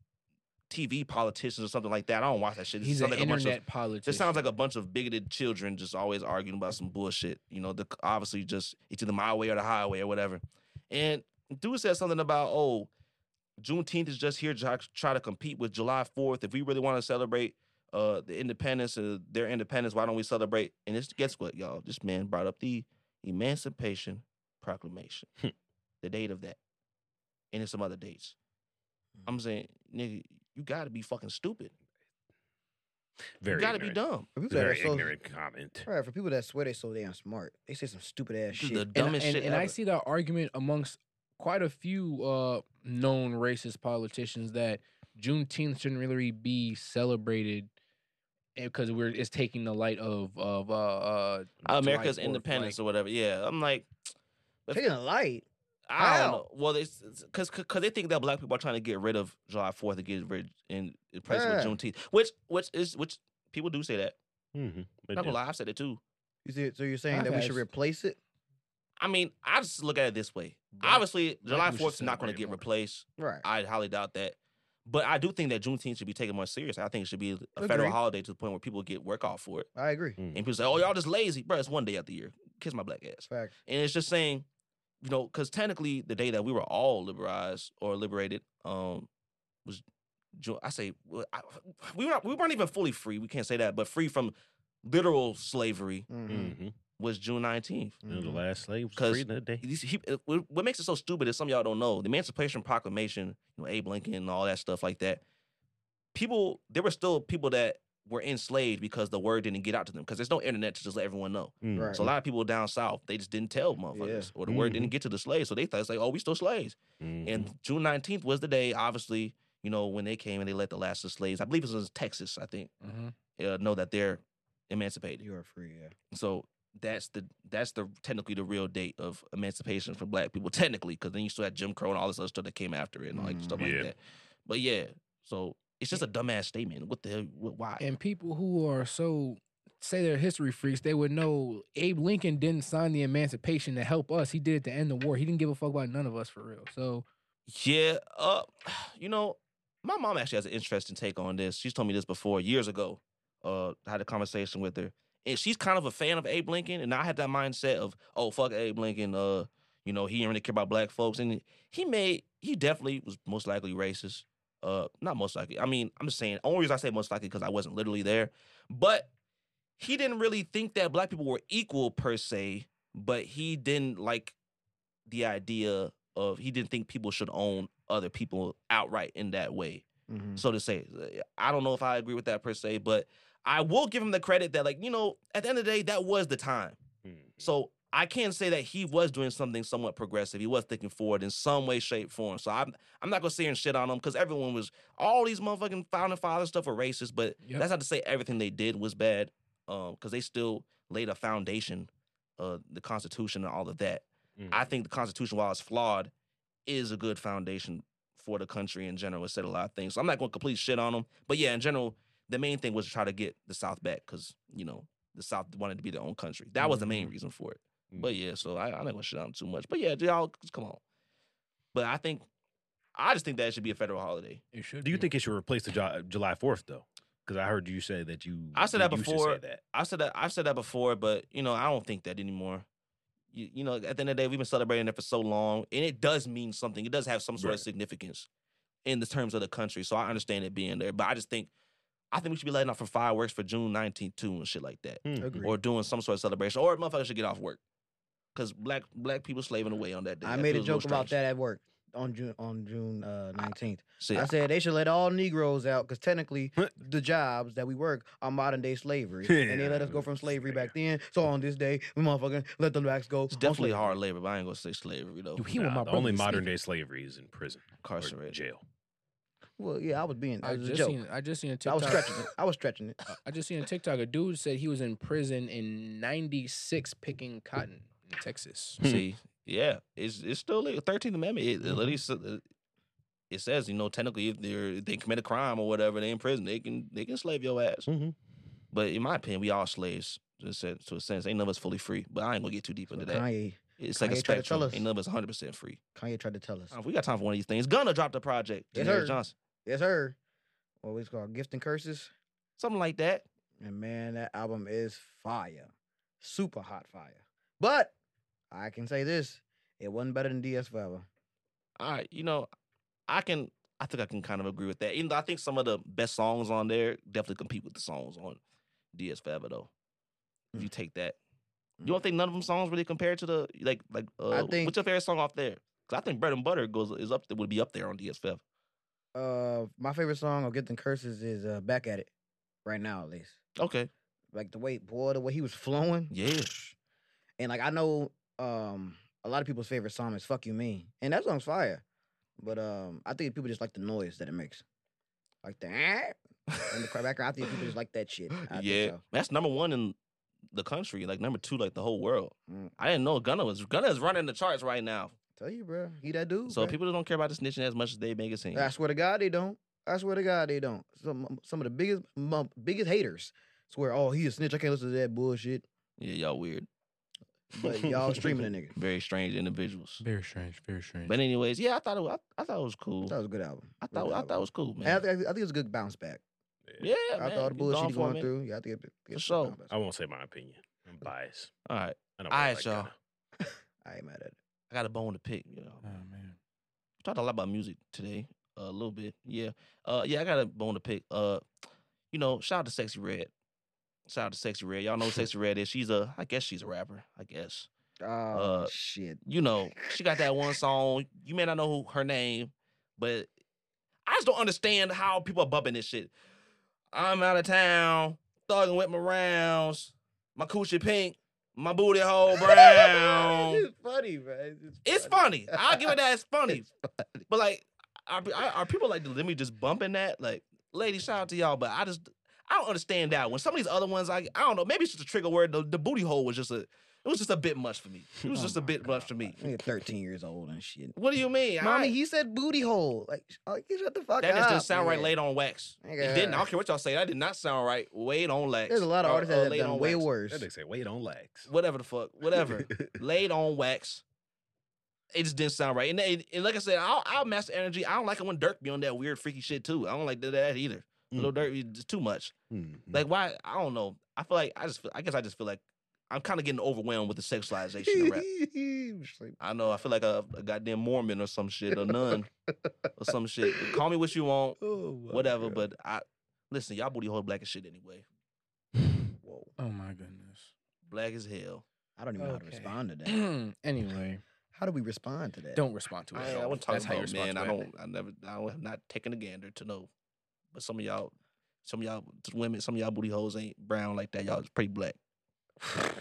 Speaker 1: TV politicians or something like that. I don't watch that shit. It
Speaker 2: He's an
Speaker 1: sounds like a bunch of-
Speaker 2: internet politician.
Speaker 1: it sounds like a bunch of bigoted children just always arguing about some bullshit. You know, the, obviously just it's either my way or the highway or whatever. And dude said something about oh, Juneteenth is just here to try to compete with July Fourth. If we really want to celebrate uh, the independence and their independence, why don't we celebrate? And it's guess what, y'all? This man brought up the Emancipation Proclamation,
Speaker 4: Hmm.
Speaker 1: the date of that, and then some other dates.
Speaker 4: Hmm.
Speaker 1: I'm saying, nigga, you got to be fucking stupid.
Speaker 4: Very
Speaker 1: you got to be
Speaker 4: ignorant.
Speaker 1: dumb.
Speaker 3: For people that are
Speaker 4: Very
Speaker 3: so,
Speaker 4: ignorant comment.
Speaker 3: Right, for people that swear they so damn smart, they say some stupid
Speaker 1: This
Speaker 3: ass
Speaker 1: is
Speaker 3: shit.
Speaker 1: the
Speaker 2: and,
Speaker 1: dumbest
Speaker 2: and,
Speaker 1: shit
Speaker 2: and I
Speaker 1: ever.
Speaker 2: see that argument amongst quite a few uh, known racist politicians that Juneteenth shouldn't really be celebrated because we're it's taking the light of of uh, uh,
Speaker 1: America's
Speaker 2: July 4th,
Speaker 1: independence
Speaker 2: like-
Speaker 1: or whatever. Yeah, I'm like, If-
Speaker 3: Taking a light.
Speaker 1: I don't
Speaker 3: How?
Speaker 1: know. Well, it's because because they think that black people are trying to get rid of July Fourth and get rid and replace it
Speaker 3: Yeah.
Speaker 1: with Juneteenth, which which is which people do say that.
Speaker 4: Mm-hmm.
Speaker 1: Not gonna lie, I've said it too.
Speaker 3: You see, so you're saying that we should
Speaker 2: Okay.
Speaker 3: replace it?
Speaker 1: I mean, I just look at it this way.
Speaker 2: Black-
Speaker 1: Obviously,
Speaker 2: black
Speaker 1: July
Speaker 2: people should
Speaker 1: Fourth is not going to
Speaker 2: celebrate
Speaker 1: get
Speaker 2: more.
Speaker 1: replaced.
Speaker 3: Right.
Speaker 1: I highly doubt that. But I do think that Juneteenth should be taken more serious. I think it should be a
Speaker 3: Agree.
Speaker 1: federal holiday to the point where people get work off for it.
Speaker 3: I agree.
Speaker 1: And people say, "Oh, y'all just lazy, bro." It's one day out the year. Kiss my black ass.
Speaker 3: Facts.
Speaker 1: and it's just saying, you know, because technically the day that we were all liberalized or liberated um was, Ju- I say, well, I, we were not, we weren't even fully free. We can't say that, but free from literal slavery
Speaker 3: Mm-hmm.
Speaker 4: Mm-hmm.
Speaker 1: was June nineteenth.
Speaker 4: The last slave was
Speaker 1: Mm-hmm. 'Cause
Speaker 4: free that day.
Speaker 1: These- he- uh, what what makes it so stupid is some of y'all don't know the Emancipation Proclamation, you know, Abe Lincoln and all that stuff like that. People, there were still people that were enslaved because the word didn't get out to them because there's no internet to just let everyone know.
Speaker 4: Mm.
Speaker 3: Right.
Speaker 1: So a lot of people down south, they just didn't tell motherfuckers, or the word didn't get to the slaves, so they thought it's like, oh, we still slaves.
Speaker 4: Mhm.
Speaker 1: And June nineteenth was the day, obviously, you know, when they came and they let the last of the slaves. I believe it was in Texas. I think
Speaker 2: Mhm.
Speaker 1: uh, know that they're emancipated.
Speaker 3: You are free, yeah.
Speaker 1: So that's the that's the technically the real date of emancipation for Black people, technically, because then you still had Jim Crow and all this other stuff that came after it and all that stuff
Speaker 4: Yeah.
Speaker 1: like that. But yeah, so it's just a dumbass statement. What the hell? What, why?
Speaker 2: and people who are so say they're history freaks they would know Abe Lincoln didn't sign the Emancipation to help us. He did it to end the war. He didn't give a fuck about none of us for real. So
Speaker 1: Yeah, uh, you know, my mom actually has an interesting take on this. She's told me this before years ago. Uh, I had a conversation with her, and she's kind of a fan of Abe Lincoln, and I had that mindset of, oh fuck Abe Lincoln, uh, you know, he didn't really care about black folks, and he made he definitely was most likely racist. Uh, not most likely. I mean, I'm just saying. Only reason I say most likely because I wasn't literally there, but he didn't really think that black people were equal per se. But he didn't like the idea of he didn't think people should own other people outright in that way.
Speaker 3: Mm-hmm.
Speaker 1: So to say, Uh, I don't know if I agree with that per se, but I will give him the credit that, like, you know, at the end of the day, that was the time.
Speaker 4: Mhm.
Speaker 1: So I can say that he was doing something somewhat progressive. He was thinking forward in some way, shape, form. So I'm I'm not gonna sit here and shit on him because everyone was all these motherfucking founding fathers stuff were racist, but
Speaker 2: Yep.
Speaker 1: that's not to say everything they did was bad. Um, because they still laid a foundation, uh, the Constitution and all of that.
Speaker 4: Mm.
Speaker 1: I think the Constitution, while it's flawed, is a good foundation for the country in general. It said a lot of things. So I'm not going to complete shit on them. But yeah, in general, the main thing was to try to get the South back because, you know, the South wanted to be their own country. That was the main reason for it.
Speaker 4: Mm.
Speaker 1: But yeah, so I, I'm not going to shit on 'em too much. But yeah, y'all, come on. But I think, I just think that it should be a federal holiday.
Speaker 2: It should.
Speaker 4: Do you
Speaker 2: be.
Speaker 4: think it should replace the Ju- July Fourth though? Because I heard you say that you.
Speaker 1: I said that
Speaker 4: you used to say
Speaker 1: before.
Speaker 4: that.
Speaker 1: I said that I've said that before, but you know, I don't think that anymore. You, you know, at the end of the day, we've been celebrating it for so long, and it does mean something. It does have some sort of
Speaker 4: Right.
Speaker 1: significance in the terms of the country. So I understand it being there, but I just think I think we should be letting off for fireworks for June nineteenth too and shit like that,
Speaker 4: Hmm.
Speaker 3: Agree.
Speaker 1: or doing some sort of celebration, or motherfuckers should get off work because black black people slaving away on that day.
Speaker 3: I
Speaker 1: That
Speaker 3: made a
Speaker 1: feels little
Speaker 3: joke about
Speaker 1: strange.
Speaker 3: that at work on June on June uh, 19th.
Speaker 1: Shit.
Speaker 3: I said they should let all Negroes out because technically the jobs that we work are modern day slavery, and they let us go from slavery back then. So on this day, we motherfucking let the blacks go.
Speaker 1: it's
Speaker 3: on
Speaker 1: definitely
Speaker 3: slavery.
Speaker 1: hard labor, but I ain't gonna say slavery though.
Speaker 2: You hear what
Speaker 4: Nah,
Speaker 2: my
Speaker 4: the
Speaker 2: brother
Speaker 4: only
Speaker 2: was
Speaker 4: modern
Speaker 2: speaking.
Speaker 4: day slavery is in prison or
Speaker 1: Incarcerated.
Speaker 4: jail.
Speaker 3: Well, yeah, I was being that
Speaker 2: I
Speaker 3: was a
Speaker 2: just
Speaker 3: joke.
Speaker 2: seen. I just seen a
Speaker 3: I
Speaker 2: TikTok.
Speaker 3: was stretching it. I was stretching it.
Speaker 2: I just seen a TikTok. A dude said he was in prison in '96 picking cotton in Texas.
Speaker 4: Hmm.
Speaker 1: See, yeah, it's it's still the Thirteenth Amendment.
Speaker 3: Mm-hmm.
Speaker 1: It, At least uh, it says you know technically if they they commit a crime or whatever, they in prison. They can they can slave your ass.
Speaker 4: Mhm.
Speaker 1: But in my opinion, we all slaves to a sense. To a sense. Ain't none of us fully free. But I ain't gonna get too deep into that.
Speaker 3: Kanye,
Speaker 1: It's like a
Speaker 3: Kanye tried to tell
Speaker 1: spectrum.
Speaker 3: us.
Speaker 1: Ain't none of us one hundred percent free.
Speaker 3: Kanye tried to tell us.
Speaker 1: Uh, we got time for one of these things. Gunna dropped a project. Daenerys
Speaker 3: Yes, sir.
Speaker 1: Johnson,
Speaker 3: Yes, sir. What was it called? Gift and curses.
Speaker 1: something like that.
Speaker 3: And man, that album is fire. Super hot fire. But I can say this. It wasn't better than DS Forever.
Speaker 1: All right, you know, I can. I think I can kind of agree with that. Even though I think some of the best songs on there definitely compete with the songs on DS Forever, though. If
Speaker 3: Mm.
Speaker 1: you take that, you don't think none of them songs really compare to the like like. Uh,
Speaker 3: think-
Speaker 1: what's your favorite song off there? Because I think Bread and Butter goes is up there would be up there on DS Forever.
Speaker 3: Uh my favorite song on Gift and Curses is uh Back at It. Right now at least.
Speaker 1: Okay,
Speaker 3: Like the way boy, the way he was flowing.
Speaker 1: yeah,
Speaker 3: And like I know um a lot of people's favorite song is Fuck You Mean. And that song's fire. But um I think people just like the noise that it makes. Like the "Ah," in the background. I think people just like that shit. I think
Speaker 1: yeah,
Speaker 3: so.
Speaker 1: that's number one in the country, like number two, like the whole world.
Speaker 3: Mm.
Speaker 1: I didn't know Gunna was Gunna is running the charts right now.
Speaker 3: Tell you, bro. He that dude.
Speaker 1: So
Speaker 3: bruh.
Speaker 1: people don't care about the snitching as much as they make it seem.
Speaker 3: I swear to God, they don't. I swear to God, they don't. Some some of the biggest mo- biggest haters swear, "Oh, he a snitch. I can't listen to that bullshit."
Speaker 1: Yeah, y'all weird,
Speaker 3: But y'all streaming the nigga.
Speaker 1: very strange individuals.
Speaker 2: Very strange. Very strange.
Speaker 1: But anyways, yeah, I thought it, wa- I, I thought it was
Speaker 3: I
Speaker 1: cool.
Speaker 3: thought it was a good album.
Speaker 1: I thought
Speaker 3: Real good
Speaker 1: I
Speaker 3: album.
Speaker 1: thought it was cool,
Speaker 3: And I
Speaker 1: man.
Speaker 3: think, I think it was a good bounce back.
Speaker 1: Yeah,
Speaker 3: After
Speaker 1: man.
Speaker 3: all the
Speaker 1: you
Speaker 3: bullshit
Speaker 1: gone
Speaker 3: he
Speaker 1: for a
Speaker 3: going
Speaker 1: minute.
Speaker 3: through, yeah, I think it, it was a
Speaker 1: sure.
Speaker 3: good bounce
Speaker 4: I
Speaker 3: back.
Speaker 4: won't say my opinion. I'm biased.
Speaker 1: All right,
Speaker 4: I don't.
Speaker 1: Alright,
Speaker 4: like
Speaker 1: y'all.
Speaker 4: Gunna.
Speaker 3: I ain't mad at it.
Speaker 1: I got a bone to pick. You know,
Speaker 2: oh man.
Speaker 1: We talked a lot about music today, a little bit. Yeah, uh, yeah, I got a bone to pick. Uh, you know, shout out to Sexy Red. Shout out to Sexy Red. Y'all know who Sexy Red is. She's a, I guess she's a rapper. I guess
Speaker 3: Oh
Speaker 1: Uh,
Speaker 3: shit!
Speaker 1: you know she got that one song. You may not know who her name, but I just don't understand how people are bumping this shit. I'm out of town, thugging with my rounds, my coochie pink, my booty hole brown.
Speaker 3: it's just funny, bro. It's, just
Speaker 1: It's funny. I'll give it that. It's funny. But like, are, are are people like let me just bumping that? Like, lady, shout out to y'all. But I just I don't understand that one. Some of these other ones, I I don't know. Maybe it's just a trigger word. The, the booty hole was just a. It was just a bit much for me. It was
Speaker 2: Oh
Speaker 1: just a
Speaker 2: my
Speaker 1: bit much for me.
Speaker 3: Nigga Thirteen years old and shit.
Speaker 1: What do you mean?
Speaker 3: Mommy,
Speaker 1: I-
Speaker 3: he said booty hole. Like, sh- like you shut the fuck
Speaker 1: that
Speaker 3: up.
Speaker 1: just didn't sound right
Speaker 3: nigga.
Speaker 1: laid on wax. It didn't. I don't care what y'all say. That did not sound right. Laid on wax.
Speaker 3: There's a lot of
Speaker 1: or-
Speaker 3: artists
Speaker 1: or
Speaker 3: that have
Speaker 1: Uh, laid
Speaker 3: done
Speaker 1: on
Speaker 3: way
Speaker 1: wax.
Speaker 3: worse.
Speaker 4: That nigga say wait on legs.
Speaker 1: Whatever the fuck. Whatever. laid on wax. It just didn't sound right. And, they, and like I said, I'll, I'll master energy. I don't like it when Dirk be on that weird, freaky shit too. I don't like that either.
Speaker 3: Mm.
Speaker 1: Little Dirk is just too much. Like why? I don't know. I feel like I just. Feel, I guess I just feel like I'm kind of getting overwhelmed with the sexualization of rap.
Speaker 3: Just like,
Speaker 1: I know. I feel like a, a goddamn Mormon or some shit, or nun, or some shit. Call me what you want,
Speaker 3: oh my
Speaker 1: whatever.
Speaker 3: God.
Speaker 1: But I listen. Y'all booty hole black as shit anyway.
Speaker 3: Whoa.
Speaker 2: Oh my goodness.
Speaker 1: Black as hell.
Speaker 3: I don't even know how to
Speaker 2: Okay.
Speaker 3: respond to that.
Speaker 2: anyway, how
Speaker 3: How do we respond to that?
Speaker 2: don't respond to it.
Speaker 1: I,
Speaker 2: at
Speaker 1: I
Speaker 2: all.
Speaker 1: wasn't talking
Speaker 2: That's how you
Speaker 1: about
Speaker 2: respond
Speaker 1: man.
Speaker 2: to
Speaker 1: I
Speaker 2: it.
Speaker 1: don't. I never. I don't- I'm not taking a gander to know. But some of y'all, some of y'all women, some of y'all booty holes ain't brown like that. Y'all is pretty black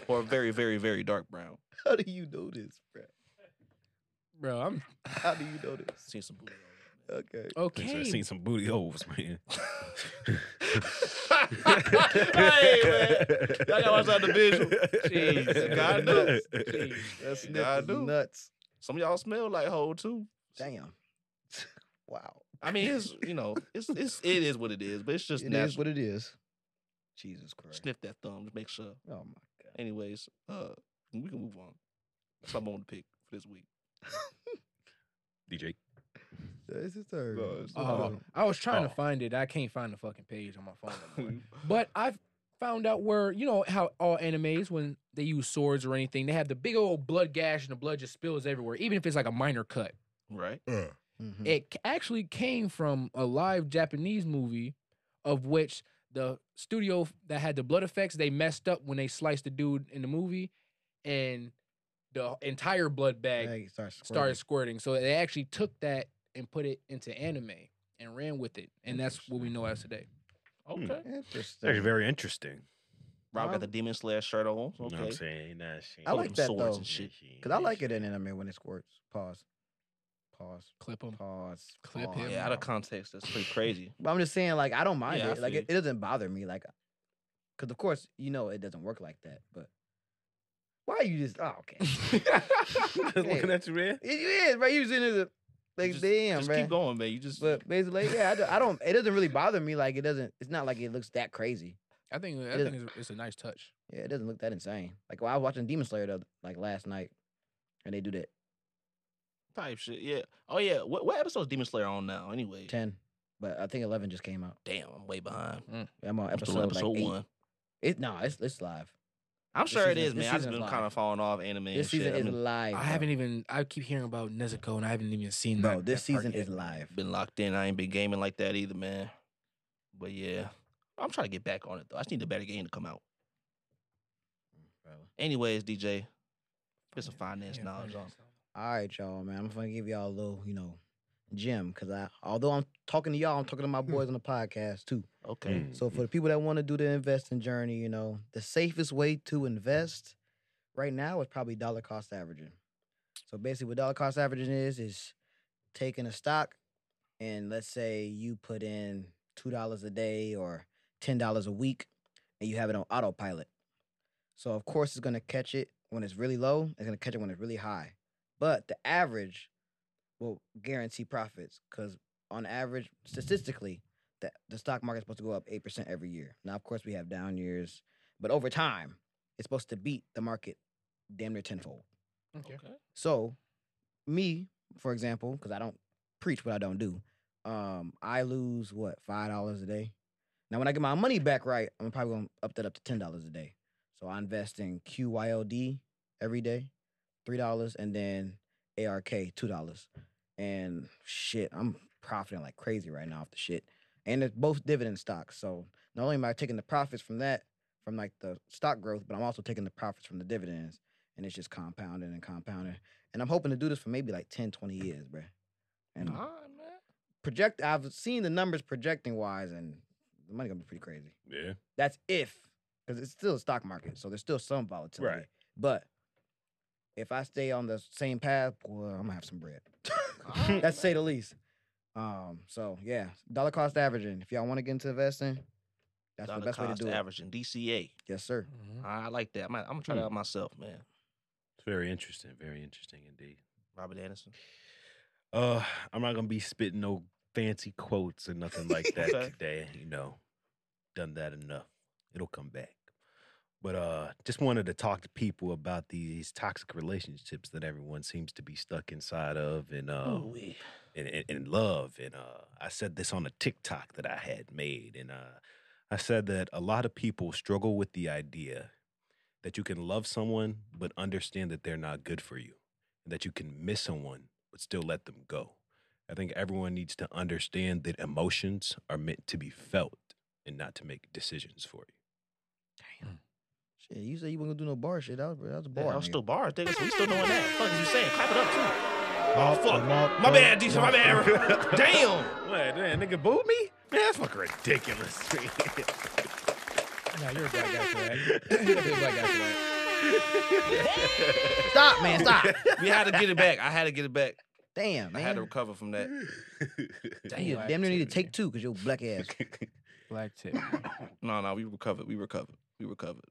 Speaker 1: or very, very, very dark brown.
Speaker 3: How do you know this, bro?
Speaker 2: Bro, I'm
Speaker 3: How do you know this?
Speaker 1: Seen some booty holes. man.
Speaker 3: Okay.
Speaker 4: Since
Speaker 2: Okay.
Speaker 4: I seen some booty holes, man.
Speaker 1: hey, man. Y'all gotta watch out the visual. Jeez, God knows. Jeez.
Speaker 3: That's
Speaker 1: God do.
Speaker 3: nuts.
Speaker 1: Some of y'all smell like hoe too.
Speaker 3: Damn. wow.
Speaker 1: I mean, it's you know, it's it's it is what it is, but it's
Speaker 3: It is
Speaker 1: just natural.
Speaker 3: what it is. Jesus Christ.
Speaker 1: Sniff that thumb to make sure.
Speaker 3: Oh my god.
Speaker 1: Anyways, uh, we can move on. That's what I want to pick for this week.
Speaker 4: DJ.
Speaker 3: That's his turn.
Speaker 1: No, it's
Speaker 2: Oh, I was trying
Speaker 4: Oh.
Speaker 2: to find it. I can't find the fucking page on my phone. no more. but I found out where you know how all animes when they use swords or anything, they have the big old blood gash and the blood just spills everywhere, even if it's like a minor cut.
Speaker 1: right?
Speaker 3: Mhm.
Speaker 2: It c- actually came from a live Japanese movie, of which the studio f- that had the blood effects they messed up when they sliced the dude in the movie, and the entire blood bag
Speaker 3: Hey, start squirting.
Speaker 2: started squirting. So they actually took that and put it into anime and ran with it, and that's what we know as today.
Speaker 1: Okay.
Speaker 3: Interesting.
Speaker 4: That's very interesting.
Speaker 1: Rob got the
Speaker 3: Um,
Speaker 1: Demon Slayer shirt on.
Speaker 4: You know what I'm
Speaker 1: Okay.
Speaker 4: saying? Ain't that shit?
Speaker 3: I like
Speaker 1: Them
Speaker 3: that
Speaker 1: swords
Speaker 3: though,
Speaker 1: and shit.
Speaker 3: Cause I like it in anime when it squirts. Pause. Pause.
Speaker 2: Clip them.
Speaker 3: Pause.
Speaker 2: Clip
Speaker 3: pause.
Speaker 2: him.
Speaker 1: Yeah, out of context, that's pretty crazy.
Speaker 3: But I'm just saying, like, I don't mind
Speaker 1: Yeah, I
Speaker 3: it. Like,
Speaker 1: feel
Speaker 3: it, it doesn't bother me. Like, because of course, you know, it doesn't work like that. But why are you just? Oh, okay.
Speaker 4: Just looking at you, man.
Speaker 3: it is, bro. You just in there, the- like,
Speaker 1: just,
Speaker 3: damn,
Speaker 1: just
Speaker 3: bro.
Speaker 1: keep going, man. You just
Speaker 3: But basically, yeah, I don't, I don't. It doesn't really bother me. Like, it doesn't. It's not like it looks that crazy.
Speaker 2: I think I
Speaker 3: is-
Speaker 2: think it's, it's a nice touch.
Speaker 3: Yeah, it doesn't look that insane. Like, well, I was watching Demon Slayer the, other- like last night, and they do that
Speaker 1: type shit. Yeah. Oh yeah. What, what episode is Demon Slayer on now? Anyway.
Speaker 3: ten, but I think eleven just came out.
Speaker 1: Damn, I'm way behind.
Speaker 3: I'm on
Speaker 1: I'm still
Speaker 3: episode,
Speaker 1: on episode
Speaker 3: like, eight.
Speaker 1: one.
Speaker 3: It no, it's it's live.
Speaker 1: I'm
Speaker 3: This
Speaker 1: sure it
Speaker 3: season-
Speaker 1: is,
Speaker 3: this
Speaker 1: man. I've just
Speaker 3: season's
Speaker 1: been
Speaker 3: live.
Speaker 1: kind of falling off anime. and
Speaker 3: This season
Speaker 1: shit. I've
Speaker 3: is
Speaker 1: been,
Speaker 3: live.
Speaker 2: I
Speaker 3: bro.
Speaker 2: haven't even. I keep hearing about Nezuko, and I haven't even seen.
Speaker 3: Bro,
Speaker 2: that-
Speaker 3: this
Speaker 2: that part
Speaker 3: season is
Speaker 2: yet.
Speaker 3: live.
Speaker 1: been locked in. I ain't been gaming like that either, man. But yeah, I'm trying to get back on it though. I just need a better game to come out. Anyways, DJ, put some finance
Speaker 2: Yeah,
Speaker 1: knowledge on.
Speaker 3: All right, y'all, man. I'm gonna give y'all a little, you know, gem because I, although I'm talking to y'all, I'm talking to my boys on the podcast too.
Speaker 1: Okay.
Speaker 4: Mm.
Speaker 3: So for the people that want to do the investing journey, you know, the safest way to invest right now is probably dollar cost averaging. So basically, what dollar cost averaging is is taking a stock, and let's say you put in two dollars a day or ten dollars a week, and you have it on autopilot. So of course, it's gonna catch it when it's really low. It's gonna catch it when it's really high. But the average will guarantee profits because on average, statistically, that the stock market's supposed to go up eight percent every year. Now, of course, we have down years, but over time, it's supposed to beat the market damn near tenfold.
Speaker 2: Okay.
Speaker 3: So, me, for example, because I don't preach what I don't do, um, I lose what five dollars a day. Now, when I get my money back right, I'm probably gonna up that up to ten dollars a day. So I invest in QYLD every day, three dollars, and then ARK two dollars. And shit, I'm profiting like crazy right now off the shit. And it's both dividend stocks. So not only am I taking the profits from that, from like the stock growth, but I'm also taking the profits from the dividends. And it's just compounding and compounding. And I'm hoping to do this for maybe like 10, 20 years, bruh. And
Speaker 1: All right, man.
Speaker 3: project I've seen the numbers projecting wise and the money gonna be pretty crazy.
Speaker 4: Yeah.
Speaker 3: That's if because it's still a stock market, so there's still some volatility.
Speaker 4: Right.
Speaker 3: But if I stay on the same path, well, I'm gonna have some bread.
Speaker 1: Alright,
Speaker 3: That's to say
Speaker 1: man.
Speaker 3: the least. Um, so yeah, dollar cost averaging. If y'all want to get into investing, that's
Speaker 1: Dollar
Speaker 3: the best way to
Speaker 1: cost
Speaker 3: do it.
Speaker 1: averaging DCA.
Speaker 3: Yes, sir.
Speaker 2: Mm-hmm.
Speaker 1: I like that. I'm, I'm gonna try that out myself, man.
Speaker 4: It's very interesting. Very interesting indeed.
Speaker 1: Robert Anderson.
Speaker 4: Uh, I'm not gonna be spitting no fancy quotes or nothing like that
Speaker 1: Okay.
Speaker 4: today. You know, done that enough. It'll come back. But uh, just wanted to talk to people about these toxic relationships that everyone seems to be stuck inside of, and uh,
Speaker 1: Ooh-wee.
Speaker 4: and, and, and love. And uh, I said this on a TikTok that I had made. And uh, I said that a lot of people struggle with the idea that you can love someone, but understand that they're not good for you, and that you can miss someone, but still let them go. I think everyone needs to understand that emotions are meant to be felt and not to make decisions for you.
Speaker 3: Shit, you said you weren't gonna do no bar shit. That was, that was a
Speaker 1: Yeah,
Speaker 3: bar.
Speaker 1: I'm
Speaker 3: nigga.
Speaker 1: still bars, nigga. So we still doing that. Fuck is you saying? Clap it up too.
Speaker 4: Oh,
Speaker 1: fuck. My bad, DJ. My bad. Damn.
Speaker 4: What, that nigga booed me? Man, that's fucking ridiculous.
Speaker 2: No, you're a black guy for that. You're a black guy for that.
Speaker 3: Stop, man. Stop.
Speaker 1: We had to get it back. I had to get it back.
Speaker 3: Damn,
Speaker 1: I
Speaker 3: man.
Speaker 1: had to recover from that.
Speaker 3: you
Speaker 1: Damn.
Speaker 3: damn near need to
Speaker 2: activity.
Speaker 3: take two because your black ass.
Speaker 2: Black tip.
Speaker 1: No, no, we recovered. We recovered. We recovered.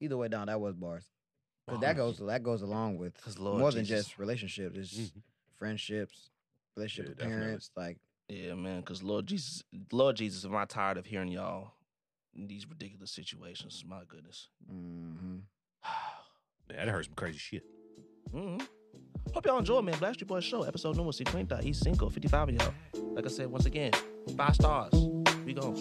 Speaker 3: Either way, down that was bars. Because
Speaker 1: Bars.
Speaker 3: that
Speaker 4: um,
Speaker 3: goes that goes along with
Speaker 1: Oh, 'Cause Lord
Speaker 3: more than
Speaker 1: Jesus. Mm.
Speaker 3: just relationships. It's
Speaker 4: Mhm.
Speaker 3: friendships, relationship
Speaker 4: Yeah,
Speaker 3: with
Speaker 4: definitely.
Speaker 3: parents. Like
Speaker 1: Yeah, man. Because Lord Jesus, Lord Jesus, am I tired of hearing y'all in these ridiculous situations? My goodness.
Speaker 3: mhm.
Speaker 4: Man, that heard some crazy shit.
Speaker 1: Mhm. Hope y'all enjoy, man. Black Street Boys Show, episode number 50. He's single, 55 of y'all. Like I said, once again, five stars. We go.